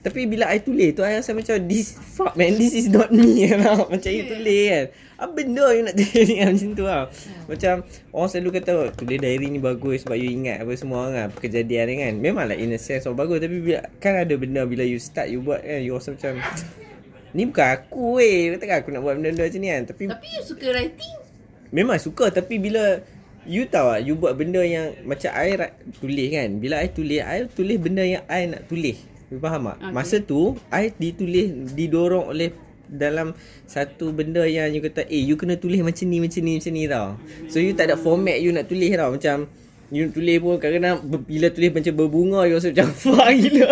[SPEAKER 3] tapi bila I tulis tu I rasa macam This fuck man This is not me you know? Macam you tulis kan Apa benda you nak <laughs> tulis ni kan? Macam tu lah Macam Orang selalu kata "Oh, Tulis diary ni bagus Sebab you ingat apa semua orang lah Kejadian ni kan Memang lah in a sense oh, Bagus tapi bila, Kan ada benda Bila you start you buat kan You rasa macam <laughs> Ni bukan aku weh Takkan aku nak buat benda-benda macam ni kan Tapi
[SPEAKER 4] Tapi you suka writing
[SPEAKER 3] Memang suka tapi bila You tahu tak You buat benda yang Macam I ra- tulis kan Bila I tulis I tulis benda yang I nak tulis You faham tak? Okay.
[SPEAKER 4] Okay.
[SPEAKER 3] Masa tu I ditulis Didorong oleh Dalam Satu benda yang You kata Eh you kena tulis macam ni Macam ni Macam ni tau So you tak ada format You nak tulis tau Macam You tulis pun kadang-kadang ber- Bila tulis macam berbunga You rasa macam <laughs> Fuck gila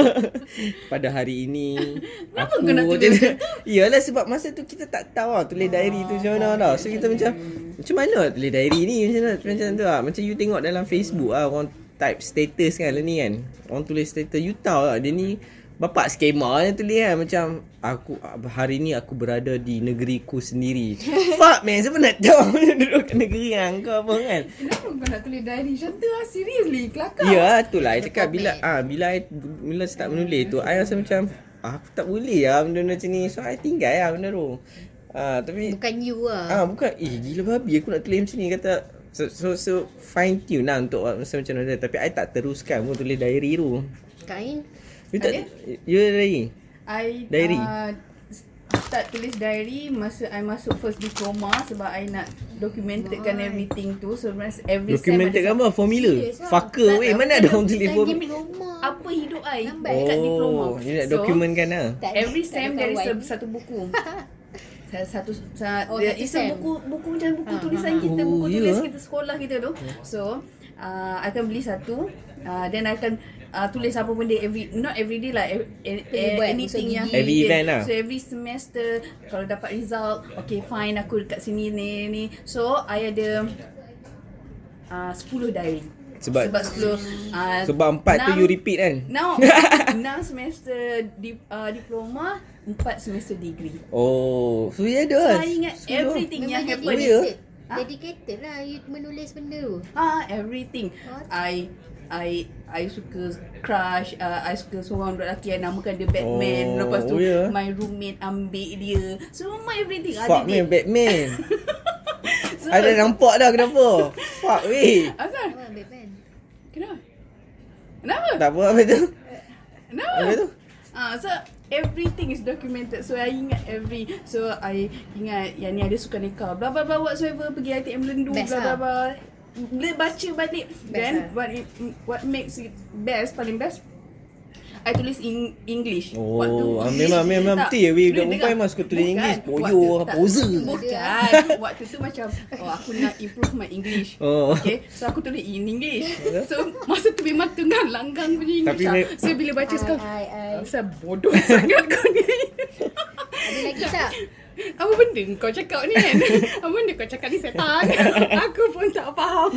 [SPEAKER 3] Pada hari ini
[SPEAKER 4] Kenapa kau nak tulis macam
[SPEAKER 3] Yalah sebab masa tu kita tak tahu lah tulis diary tu macam mana lah. So kita macam macam mana nak tulis diary ni macam mana macam tu lah. Macam you tengok dalam Facebook lah orang type status kan lah ni kan. Orang tulis status you tahu lah dia ni bapak skema dia tulis kan macam aku hari ni aku berada di negeriku
[SPEAKER 4] <laughs>
[SPEAKER 3] sendiri. Fuck man siapa nak tahu <laughs> duduk kat negeri yang kau apa kan.
[SPEAKER 4] Kenapa kau nak tulis diary macam tu lah Seriously Kelakar
[SPEAKER 3] Ya, itulah I
[SPEAKER 2] Ada
[SPEAKER 3] cakap bila
[SPEAKER 2] format.
[SPEAKER 3] ah bila I bila start menulis tu I rasa macam ah, aku tak boleh lah benda-benda macam ni. So I tinggal lah benda tu. Ah tapi
[SPEAKER 2] Bukan you lah
[SPEAKER 3] Ah bukan eh gila babi aku nak tulis macam ni kata so so, so fine tune lah untuk masa macam mana tapi I tak teruskan pun tulis diary tu.
[SPEAKER 2] Kain
[SPEAKER 3] You tak
[SPEAKER 4] Ada?
[SPEAKER 3] you ada diary.
[SPEAKER 4] I
[SPEAKER 3] Diary.
[SPEAKER 4] Uh, start tulis diary masa I masuk first diploma sebab I nak documentekan
[SPEAKER 2] Nice.
[SPEAKER 4] everything tu. So masa every
[SPEAKER 3] Dokumented
[SPEAKER 4] sem ada
[SPEAKER 3] gambar formula.
[SPEAKER 2] Serious lah.
[SPEAKER 3] Fucker weh,
[SPEAKER 4] Tak,
[SPEAKER 3] mana
[SPEAKER 4] tak,
[SPEAKER 3] ada orang tulis
[SPEAKER 2] Time
[SPEAKER 3] formula.
[SPEAKER 2] diploma.
[SPEAKER 4] satu- apa hidup I
[SPEAKER 2] Lambat.
[SPEAKER 4] dekat diploma.
[SPEAKER 3] Oh, dia nak dokumentkan lah.
[SPEAKER 2] Tak ada-
[SPEAKER 4] every
[SPEAKER 2] tak
[SPEAKER 4] sem
[SPEAKER 2] ada
[SPEAKER 4] dari
[SPEAKER 2] kawan.
[SPEAKER 4] se- satu
[SPEAKER 2] <laughs>
[SPEAKER 4] buku. Sa- satu sa,
[SPEAKER 2] Oh,
[SPEAKER 4] oh,
[SPEAKER 2] satu
[SPEAKER 4] it's a
[SPEAKER 2] sem.
[SPEAKER 4] buku buku macam buku
[SPEAKER 2] Ha,
[SPEAKER 4] tulisan
[SPEAKER 2] ha, ha.
[SPEAKER 4] kita, buku
[SPEAKER 3] Oh,
[SPEAKER 4] tulis
[SPEAKER 3] ya.
[SPEAKER 4] kita sekolah kita tu. So, uh, I akan beli satu uh, then I akan uh, tulis apa benda every not every day lah every,
[SPEAKER 2] Boleh buat,
[SPEAKER 4] anything
[SPEAKER 2] busuk
[SPEAKER 4] yang
[SPEAKER 2] gigi.
[SPEAKER 3] Every
[SPEAKER 4] Then,
[SPEAKER 3] event lah.
[SPEAKER 4] So every semester kalau dapat result, okay fine aku dekat sini ni ni, ni. So I ada uh, 10 diary.
[SPEAKER 3] Sebab-
[SPEAKER 4] sebab 10 uh,
[SPEAKER 3] Sebab empat tu
[SPEAKER 4] enam-
[SPEAKER 3] you repeat kan? <laughs>
[SPEAKER 4] No. 6 semester di, uh, diploma, 4 semester degree.
[SPEAKER 3] Oh, so dia ada
[SPEAKER 4] So,
[SPEAKER 3] lah.
[SPEAKER 4] I ingat
[SPEAKER 3] So,
[SPEAKER 4] everything
[SPEAKER 2] Memang
[SPEAKER 4] yang happen.
[SPEAKER 3] dia-
[SPEAKER 2] dedicated.
[SPEAKER 4] Ha?
[SPEAKER 2] Dedicated lah you menulis benda tu.
[SPEAKER 4] Ah, everything.
[SPEAKER 2] What?
[SPEAKER 4] I I I suka crush, uh, I suka seorang budak lelaki yang namakan dia Batman.
[SPEAKER 3] Oh,
[SPEAKER 4] Lepas tu
[SPEAKER 3] oh ya.
[SPEAKER 4] my roommate ambil dia. Semua everything
[SPEAKER 3] Fuck man,
[SPEAKER 4] dia. <laughs>
[SPEAKER 3] Batman.
[SPEAKER 4] So,
[SPEAKER 3] Ada nampak dah kenapa. Fuck weh.
[SPEAKER 4] Azan,
[SPEAKER 2] Apa Oh, Batman?
[SPEAKER 4] kenapa? Kenapa?
[SPEAKER 3] Tak apa apa tu?
[SPEAKER 4] Kenapa?
[SPEAKER 3] Apa tu?
[SPEAKER 4] Ah, so everything is documented. So I ingat every so I ingat yang ni ada suka nikah. Bla bla bla whatsoever pergi ITM Lendu bla
[SPEAKER 2] Best
[SPEAKER 4] bla
[SPEAKER 2] lah.
[SPEAKER 4] bla. Bila baca balik
[SPEAKER 2] Best
[SPEAKER 4] then
[SPEAKER 2] lah.
[SPEAKER 4] what it, what makes it best paling best I tulis in English.
[SPEAKER 3] Oh,
[SPEAKER 4] Waktu
[SPEAKER 3] ah,
[SPEAKER 4] English,
[SPEAKER 3] memang- memang
[SPEAKER 4] tak.
[SPEAKER 3] betul ya, weh. Budak
[SPEAKER 4] Bila
[SPEAKER 3] perempuan
[SPEAKER 4] dengar,
[SPEAKER 3] memang suka tulis
[SPEAKER 4] bukan.
[SPEAKER 3] English. Poyo,
[SPEAKER 4] Waktu- tak,
[SPEAKER 3] poser.
[SPEAKER 4] Bukan. <laughs> Waktu tu macam oh aku nak improve my English.
[SPEAKER 3] Oh.
[SPEAKER 4] Okay, so aku tulis in English. So masa tu memang tengah langgang punya English.
[SPEAKER 3] Tapi
[SPEAKER 4] Tapi,
[SPEAKER 3] me-
[SPEAKER 4] so bila baca sekarang
[SPEAKER 2] Ai, ai, ai.
[SPEAKER 4] Asal bodoh <laughs> sangat kau ni
[SPEAKER 2] Ada lagi
[SPEAKER 4] <laughs>
[SPEAKER 2] tak?
[SPEAKER 4] Apa benda kau cakap ni kan Apa benda kau cakap ni setan <laughs> Aku pun tak faham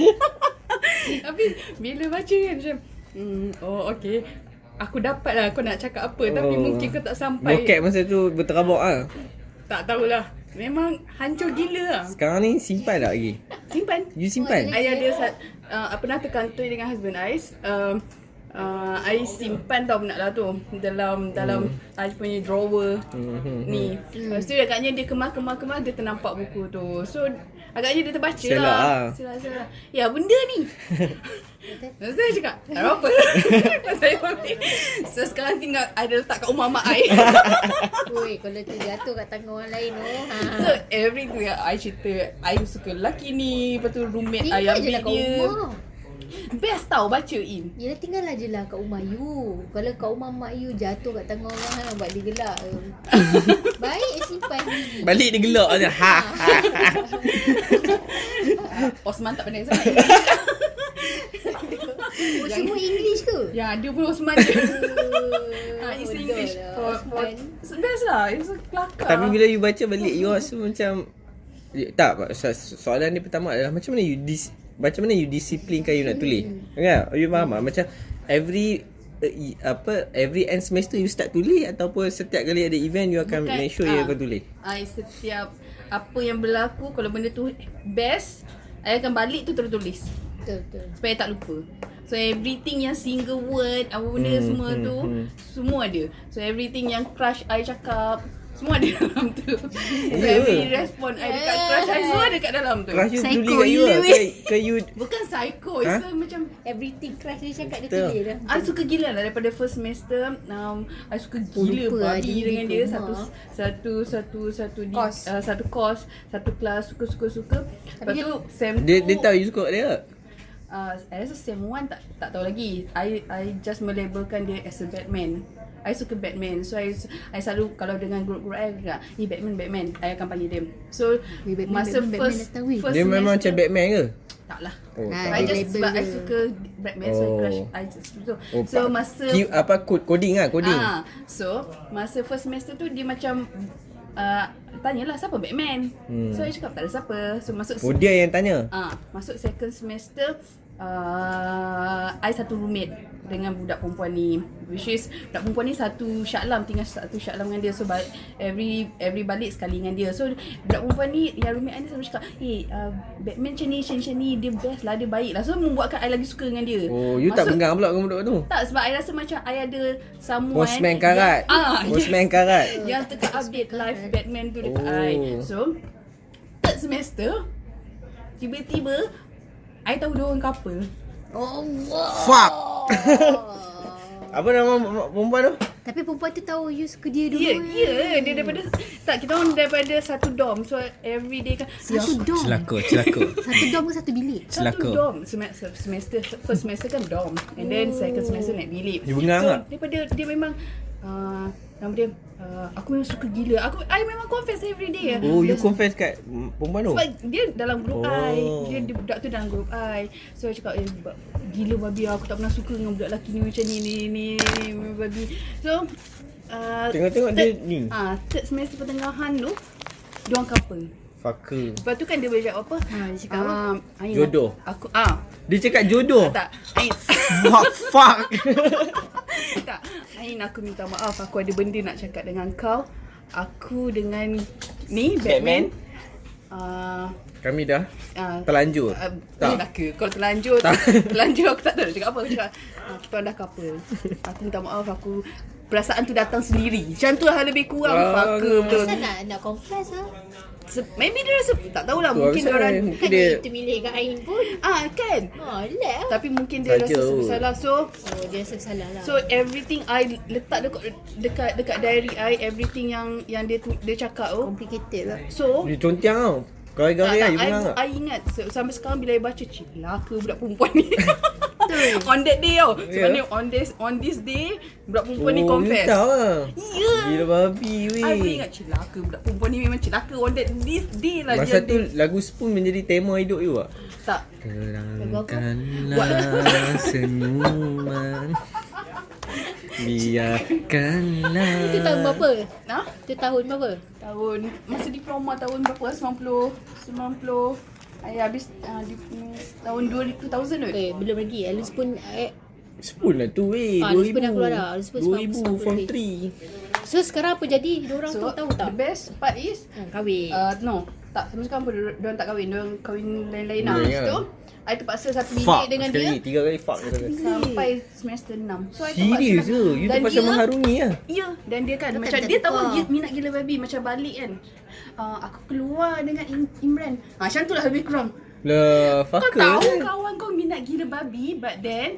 [SPEAKER 4] <laughs> Tapi bila baca kan macam hmm, Oh okay Aku dapat lah kau nak cakap apa oh. Tapi
[SPEAKER 3] Oh.
[SPEAKER 4] mungkin kau tak sampai
[SPEAKER 3] Bokep masa tu berterabak ah.
[SPEAKER 4] Tak tahulah Memang hancur gila lah
[SPEAKER 3] Sekarang ni simpan tak lagi?
[SPEAKER 4] Simpan
[SPEAKER 3] You simpan?
[SPEAKER 4] I ada sa- uh, pernah terkantoi dengan husband I uh, uh, I simpan tau benda lah tu Dalam dalam I punya drawer
[SPEAKER 3] Mhm.
[SPEAKER 4] ni
[SPEAKER 2] Hmm.
[SPEAKER 4] Lepas tu agaknya dia kemas-kemas-kemas Dia ternampak buku tu So agaknya dia terbaca
[SPEAKER 3] Selak
[SPEAKER 4] lah
[SPEAKER 3] lah.
[SPEAKER 4] Selak selak Ya benda ni
[SPEAKER 2] <laughs>
[SPEAKER 4] Lepas tu saya cakap Tak apa Lepas saya ambil So sekarang tinggal Ada letak kat rumah mak I
[SPEAKER 2] Oi, kalau tu jatuh kat tangan orang lain tu. Ha.
[SPEAKER 4] So everything yang I cerita I suka lelaki ni Lepas tu roommate I
[SPEAKER 2] Tinggal je
[SPEAKER 4] ambil
[SPEAKER 2] lah kat
[SPEAKER 4] dia
[SPEAKER 2] rumah.
[SPEAKER 4] Best tau baca in
[SPEAKER 2] <laughs> Yelah tinggal lah je lah kat rumah you. Kalau kat rumah mak you jatuh kat tangan orang kan buat dia
[SPEAKER 4] <laughs>
[SPEAKER 2] gelak. Baik simpan diri.
[SPEAKER 3] Balik dia gelak je. Ha. ha.
[SPEAKER 4] Osman tak pandai sangat
[SPEAKER 2] Oh, semua English ke?
[SPEAKER 4] Yang ada Ya, pun Osman
[SPEAKER 2] <laughs>
[SPEAKER 4] je
[SPEAKER 2] Uh,
[SPEAKER 4] Ah, It's English for, for,
[SPEAKER 2] Osman.
[SPEAKER 4] It's best lah It's a kelakar
[SPEAKER 3] Tapi bila you baca balik you rasa macam Eh, tak so- soalan dia pertama adalah macam mana you dis, macam mana you disiplinkan you nak tulis. Kan? You faham tak? Macam every eh, i- apa every end semester you start tulis ataupun setiap kali ada event you akan
[SPEAKER 4] Bukan,
[SPEAKER 3] make sure you
[SPEAKER 4] ah.
[SPEAKER 3] akan tulis.
[SPEAKER 4] I setiap Apa yang berlaku Kalau benda tu best I akan balik tu terus tulis
[SPEAKER 2] Betul betul.
[SPEAKER 4] Supaya tak lupa So everything yang single word Apa benda
[SPEAKER 3] Hmm,
[SPEAKER 4] semua
[SPEAKER 3] hmm,
[SPEAKER 4] tu
[SPEAKER 3] hmm.
[SPEAKER 4] Semua ada So everything yang crush I cakap Semua ada <laughs> dalam tu So
[SPEAKER 3] Ya.
[SPEAKER 4] every respon I dekat crush I Semua ada kat dalam tu
[SPEAKER 3] Kelas you
[SPEAKER 2] Psycho
[SPEAKER 3] tulis kat you
[SPEAKER 2] you,
[SPEAKER 3] lah. Ke,
[SPEAKER 2] weh.
[SPEAKER 3] ke you
[SPEAKER 4] Bukan psycho It's
[SPEAKER 3] Ha?
[SPEAKER 4] a macam
[SPEAKER 2] Everything crush dia cakap dia
[SPEAKER 3] Betul.
[SPEAKER 2] tulis dah.
[SPEAKER 4] I suka gila lah daripada first semester um, I suka
[SPEAKER 2] Oh,
[SPEAKER 4] gila
[SPEAKER 2] lupa lah
[SPEAKER 4] babi
[SPEAKER 2] dia
[SPEAKER 4] dengan dia satu
[SPEAKER 2] diploma.
[SPEAKER 4] satu satu satu di,
[SPEAKER 2] Course.
[SPEAKER 4] Uh, satu course satu kelas suka suka suka lepas
[SPEAKER 2] dia-
[SPEAKER 4] tu sem
[SPEAKER 3] dia, dia
[SPEAKER 4] two,
[SPEAKER 3] tahu you suka dia. tak?
[SPEAKER 4] uh, I rasa sem one tak tak tahu lagi I I just melabelkan dia as a Batman I suka Batman So I, I selalu Kalau dengan group-group I Kata Ni Batman Batman I akan panggil dia So
[SPEAKER 2] Ni Batman,
[SPEAKER 4] Masa
[SPEAKER 2] Batman,
[SPEAKER 4] first
[SPEAKER 2] Batman datang, weh.
[SPEAKER 4] first
[SPEAKER 3] Dia memang macam
[SPEAKER 4] semester-
[SPEAKER 3] Batman ke?
[SPEAKER 4] Tak lah
[SPEAKER 3] Oh,
[SPEAKER 2] Ah,
[SPEAKER 3] tak.
[SPEAKER 4] I
[SPEAKER 2] dia
[SPEAKER 4] just
[SPEAKER 2] label
[SPEAKER 4] sebab I
[SPEAKER 2] dia.
[SPEAKER 4] suka Batman So I
[SPEAKER 3] Oh.
[SPEAKER 4] crush I just, so,
[SPEAKER 3] Oh,
[SPEAKER 4] so
[SPEAKER 3] pa-
[SPEAKER 4] masa
[SPEAKER 3] Ki- apa code coding ah coding.
[SPEAKER 4] Ah, so masa first semester tu dia macam uh, tanyalah siapa Batman.
[SPEAKER 3] Hmm.
[SPEAKER 4] Hmm. So I cakap tak ada siapa. So masuk
[SPEAKER 3] Oh dia yang tanya.
[SPEAKER 4] ah, masuk second semester uh, I satu roommate dengan budak perempuan ni which is budak perempuan ni satu syaklam tinggal satu syaklam dengan dia so ba- every every balik sekali dengan dia so budak perempuan ni yang roommate I ni selalu cakap eh uh, Batman macam ni macam ni, macam ni dia best lah dia baik lah so membuatkan I lagi suka dengan dia
[SPEAKER 3] Oh you tak
[SPEAKER 4] Masuk-
[SPEAKER 3] bengang pula dengan budak tu.
[SPEAKER 4] tak sebab I rasa macam I ada someone
[SPEAKER 3] Postman karat.
[SPEAKER 4] yang, ah,
[SPEAKER 3] Postman karat.
[SPEAKER 4] yang tengah update live Batman tu dekat
[SPEAKER 3] Oh.
[SPEAKER 4] I So Third semester Tiba-tiba I tahu dua orang couple
[SPEAKER 2] Oh, Allah.
[SPEAKER 4] <laughs>
[SPEAKER 3] Fuck. Apa nama perempuan tu?
[SPEAKER 2] Tapi perempuan tu tahu you suka dia dulu.
[SPEAKER 4] Ya, ya, dia daripada tak kita orang daripada satu dorm. So every day kan
[SPEAKER 2] Satu dom.
[SPEAKER 3] Celaka,
[SPEAKER 4] <laughs>
[SPEAKER 3] celaka.
[SPEAKER 2] Satu dom ke satu bilik.
[SPEAKER 4] Satu
[SPEAKER 3] Celaka.
[SPEAKER 4] dorm semester, semester First semester kan dorm And then second semester naik bilik
[SPEAKER 3] Dia bengang tak?
[SPEAKER 4] Daripada dia memang uh, Nama dia uh, Aku memang suka gila Aku I memang confess every day ya.
[SPEAKER 3] Oh, you
[SPEAKER 4] Dia-
[SPEAKER 3] confess kat mm, perempuan tu?
[SPEAKER 4] Sebab dia dalam
[SPEAKER 3] Oh.
[SPEAKER 4] grup oh. I Dia dia- budak tu dalam grup I So I cakap eh, ba- Gila babi aku tak pernah suka dengan budak lelaki ni macam ni ni ni, ni ni, babi So uh,
[SPEAKER 3] Tengok-tengok dia ni.
[SPEAKER 4] Ah, third semester pertengahan tu dia orang couple.
[SPEAKER 3] Fucker.
[SPEAKER 4] Lepas tu kan dia boleh cakap apa?
[SPEAKER 2] Ha, dia cakap apa?
[SPEAKER 4] Um, Ain,
[SPEAKER 3] Jodoh.
[SPEAKER 4] Aku ah,
[SPEAKER 3] Dia cakap jodoh.
[SPEAKER 4] tak. Ain, <laughs>
[SPEAKER 3] What fuck?
[SPEAKER 4] tak. Ain aku minta maaf aku ada benda nak cakap dengan kau. Aku dengan ni Batman. Ah,
[SPEAKER 3] Kami dah
[SPEAKER 4] ah,
[SPEAKER 3] terlanjur.
[SPEAKER 4] Uh, tak.
[SPEAKER 3] Tak.
[SPEAKER 4] Lelaka. Kalau terlanjur, <laughs>
[SPEAKER 3] Tak.
[SPEAKER 4] terlanjur aku tak tahu nak cakap apa. Aku cakap, ah, kita orang dah couple. Aku minta maaf, aku perasaan tu datang sendiri. Macam tu lah lebih kurang.
[SPEAKER 3] Wah,
[SPEAKER 4] Fucker betul.
[SPEAKER 2] Kenapa nak nak confess ah?
[SPEAKER 4] Se- maybe dia rasa, tak tahulah.
[SPEAKER 3] Tu
[SPEAKER 4] Mungkin dia
[SPEAKER 3] pasal
[SPEAKER 4] orang,
[SPEAKER 3] Mungkin
[SPEAKER 2] Kan
[SPEAKER 3] dia-
[SPEAKER 2] dia termilik kat Ain pun.
[SPEAKER 4] ah kan.
[SPEAKER 2] Oh, lek ah.
[SPEAKER 4] Tapi mungkin dia
[SPEAKER 3] Saja.
[SPEAKER 4] rasa bersalah. So,
[SPEAKER 2] Oh, dia rasa salah lah.
[SPEAKER 4] So everything I letak dekat dekat dekat diary I everything yang yang dia tu, dia cakap oh.
[SPEAKER 2] complicated lah.
[SPEAKER 4] So
[SPEAKER 3] Dia contiang tau. Gara-gara lah, you
[SPEAKER 4] tak, tak, I,
[SPEAKER 3] mengang tak?
[SPEAKER 4] I ingat so, sampai sekarang bila I baca cik laka budak perempuan ni. <laughs> on that day tau.
[SPEAKER 3] Ya.
[SPEAKER 4] Sebenarnya on this on this day budak perempuan ni confess.
[SPEAKER 3] you tahu lah.
[SPEAKER 4] Ya.
[SPEAKER 3] Gila babi weh.
[SPEAKER 4] I boleh ingat celaka budak perempuan ni memang celaka on that this day lah
[SPEAKER 3] Masa
[SPEAKER 4] dia.
[SPEAKER 3] tu lagu Spoon menjadi tema hidup you tak?
[SPEAKER 4] tak.
[SPEAKER 3] Terangkanlah <laughs> senyuman Biarkanlah
[SPEAKER 2] Itu tahun berapa?
[SPEAKER 4] Ha?
[SPEAKER 2] Itu tahun berapa?
[SPEAKER 4] Tahun masa diploma tahun berapa? 90 90 I habis uh, di, tahun 2000 2000 kot.
[SPEAKER 2] Eh, belum lagi. Alice pun eh.
[SPEAKER 3] Spoon lah tu weh
[SPEAKER 2] Ah, Spoon dah keluar dah. Spoon
[SPEAKER 3] 2000
[SPEAKER 2] 1990
[SPEAKER 3] form
[SPEAKER 2] lebih.
[SPEAKER 3] 3
[SPEAKER 2] So sekarang apa jadi? Diorang
[SPEAKER 4] So
[SPEAKER 2] so, tahu
[SPEAKER 4] the
[SPEAKER 2] tak?
[SPEAKER 4] best part is
[SPEAKER 2] Ha, kahwin.
[SPEAKER 4] Uh, no, tak sama sekarang pun diorang tak kahwin, diorang kahwin lain-lain lah.
[SPEAKER 3] Ya,
[SPEAKER 4] Lepas
[SPEAKER 3] ya.
[SPEAKER 4] tu, I terpaksa satu bilik
[SPEAKER 3] Fuck
[SPEAKER 4] dengan
[SPEAKER 3] sekali
[SPEAKER 4] dia
[SPEAKER 3] Tiga kali fuck dia kata.
[SPEAKER 4] sampai semester 6. So I terpaksa
[SPEAKER 3] Serius ke?
[SPEAKER 4] lah.
[SPEAKER 3] You
[SPEAKER 4] Dan
[SPEAKER 3] terpaksa
[SPEAKER 4] dia-
[SPEAKER 3] mengharungi lah
[SPEAKER 4] Ya, dan dia kan
[SPEAKER 2] Dia
[SPEAKER 4] macam
[SPEAKER 2] kan
[SPEAKER 4] dia tahu
[SPEAKER 2] tertukar.
[SPEAKER 4] dia minat gila babi macam balik kan. Uh, aku keluar dengan Im- Imran. Ha, macam tu lah lebih kurang.
[SPEAKER 3] Lah
[SPEAKER 4] Kau
[SPEAKER 3] fucker
[SPEAKER 4] tahu
[SPEAKER 3] kan?
[SPEAKER 4] kawan kau minat gila babi but then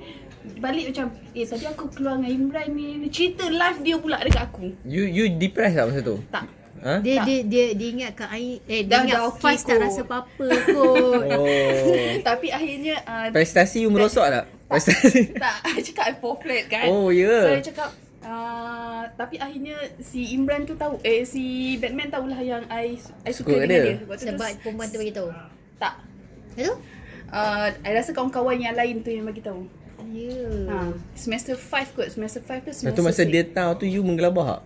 [SPEAKER 4] balik macam eh tadi aku keluar dengan Imran ni cerita live dia pula dekat aku.
[SPEAKER 3] You you depressed tak masa tu?
[SPEAKER 4] Tak.
[SPEAKER 3] Ha?
[SPEAKER 2] dia,
[SPEAKER 4] tak.
[SPEAKER 2] dia dia dia ingat kat Ain eh dia
[SPEAKER 4] Dah-
[SPEAKER 2] ingat
[SPEAKER 4] dah
[SPEAKER 2] dah
[SPEAKER 4] okey
[SPEAKER 2] Faiz tak
[SPEAKER 4] kot.
[SPEAKER 2] rasa apa-apa kot.
[SPEAKER 4] <laughs>
[SPEAKER 3] Oh
[SPEAKER 4] Tapi akhirnya uh,
[SPEAKER 3] Prestasi you merosot tak? Prestasi
[SPEAKER 4] tak <laughs> I cakap I four flat kan.
[SPEAKER 3] Oh, ya.
[SPEAKER 4] So I cakap Uh, tapi akhirnya si Imran tu tahu eh si Batman tahulah yang I I suka,
[SPEAKER 3] Suka
[SPEAKER 4] dengan
[SPEAKER 3] dia.
[SPEAKER 4] dia. Sebab tu
[SPEAKER 2] Sebab
[SPEAKER 4] tu-
[SPEAKER 2] perempuan tu bagi tahu.
[SPEAKER 4] tak.
[SPEAKER 2] Betul?
[SPEAKER 4] Uh, I rasa kawan-kawan yang lain tu yang bagi tahu.
[SPEAKER 2] Ya.
[SPEAKER 4] Ha, semester 5 kot. Semester 5 ke
[SPEAKER 3] Lepas
[SPEAKER 4] semester
[SPEAKER 3] tu masa
[SPEAKER 4] six.
[SPEAKER 3] dia tahu tu you menggelabah tak?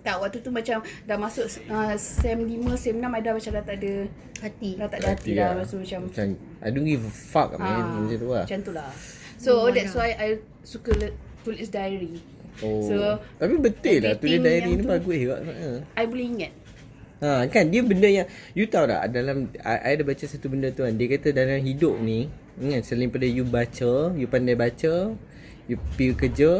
[SPEAKER 4] tak waktu tu macam dah masuk uh, sem 5, sem 6 I dah macam dah tak ada
[SPEAKER 2] Hati. Ah,
[SPEAKER 4] dah tak ada hati lah. dah. Masa macam Ah,
[SPEAKER 3] Macam I don't give a fuck man lah. Macam tu lah
[SPEAKER 4] Macam tu lah. So
[SPEAKER 2] Oh,
[SPEAKER 4] that's
[SPEAKER 2] mana.
[SPEAKER 4] why I suka le- tulis diary.
[SPEAKER 3] Oh.
[SPEAKER 4] So,
[SPEAKER 3] Tapi betul lah tulis
[SPEAKER 4] everything
[SPEAKER 3] diary
[SPEAKER 4] yang
[SPEAKER 3] ni
[SPEAKER 4] tu-
[SPEAKER 3] bagus juga sebenarnya.
[SPEAKER 4] I boleh ingat.
[SPEAKER 3] Ha kan dia benda yang you tahu tak dalam I, I ada baca satu benda tu kan. Dia kata dalam hidup ni kan selain pada you baca, you pandai baca, you pergi kerja,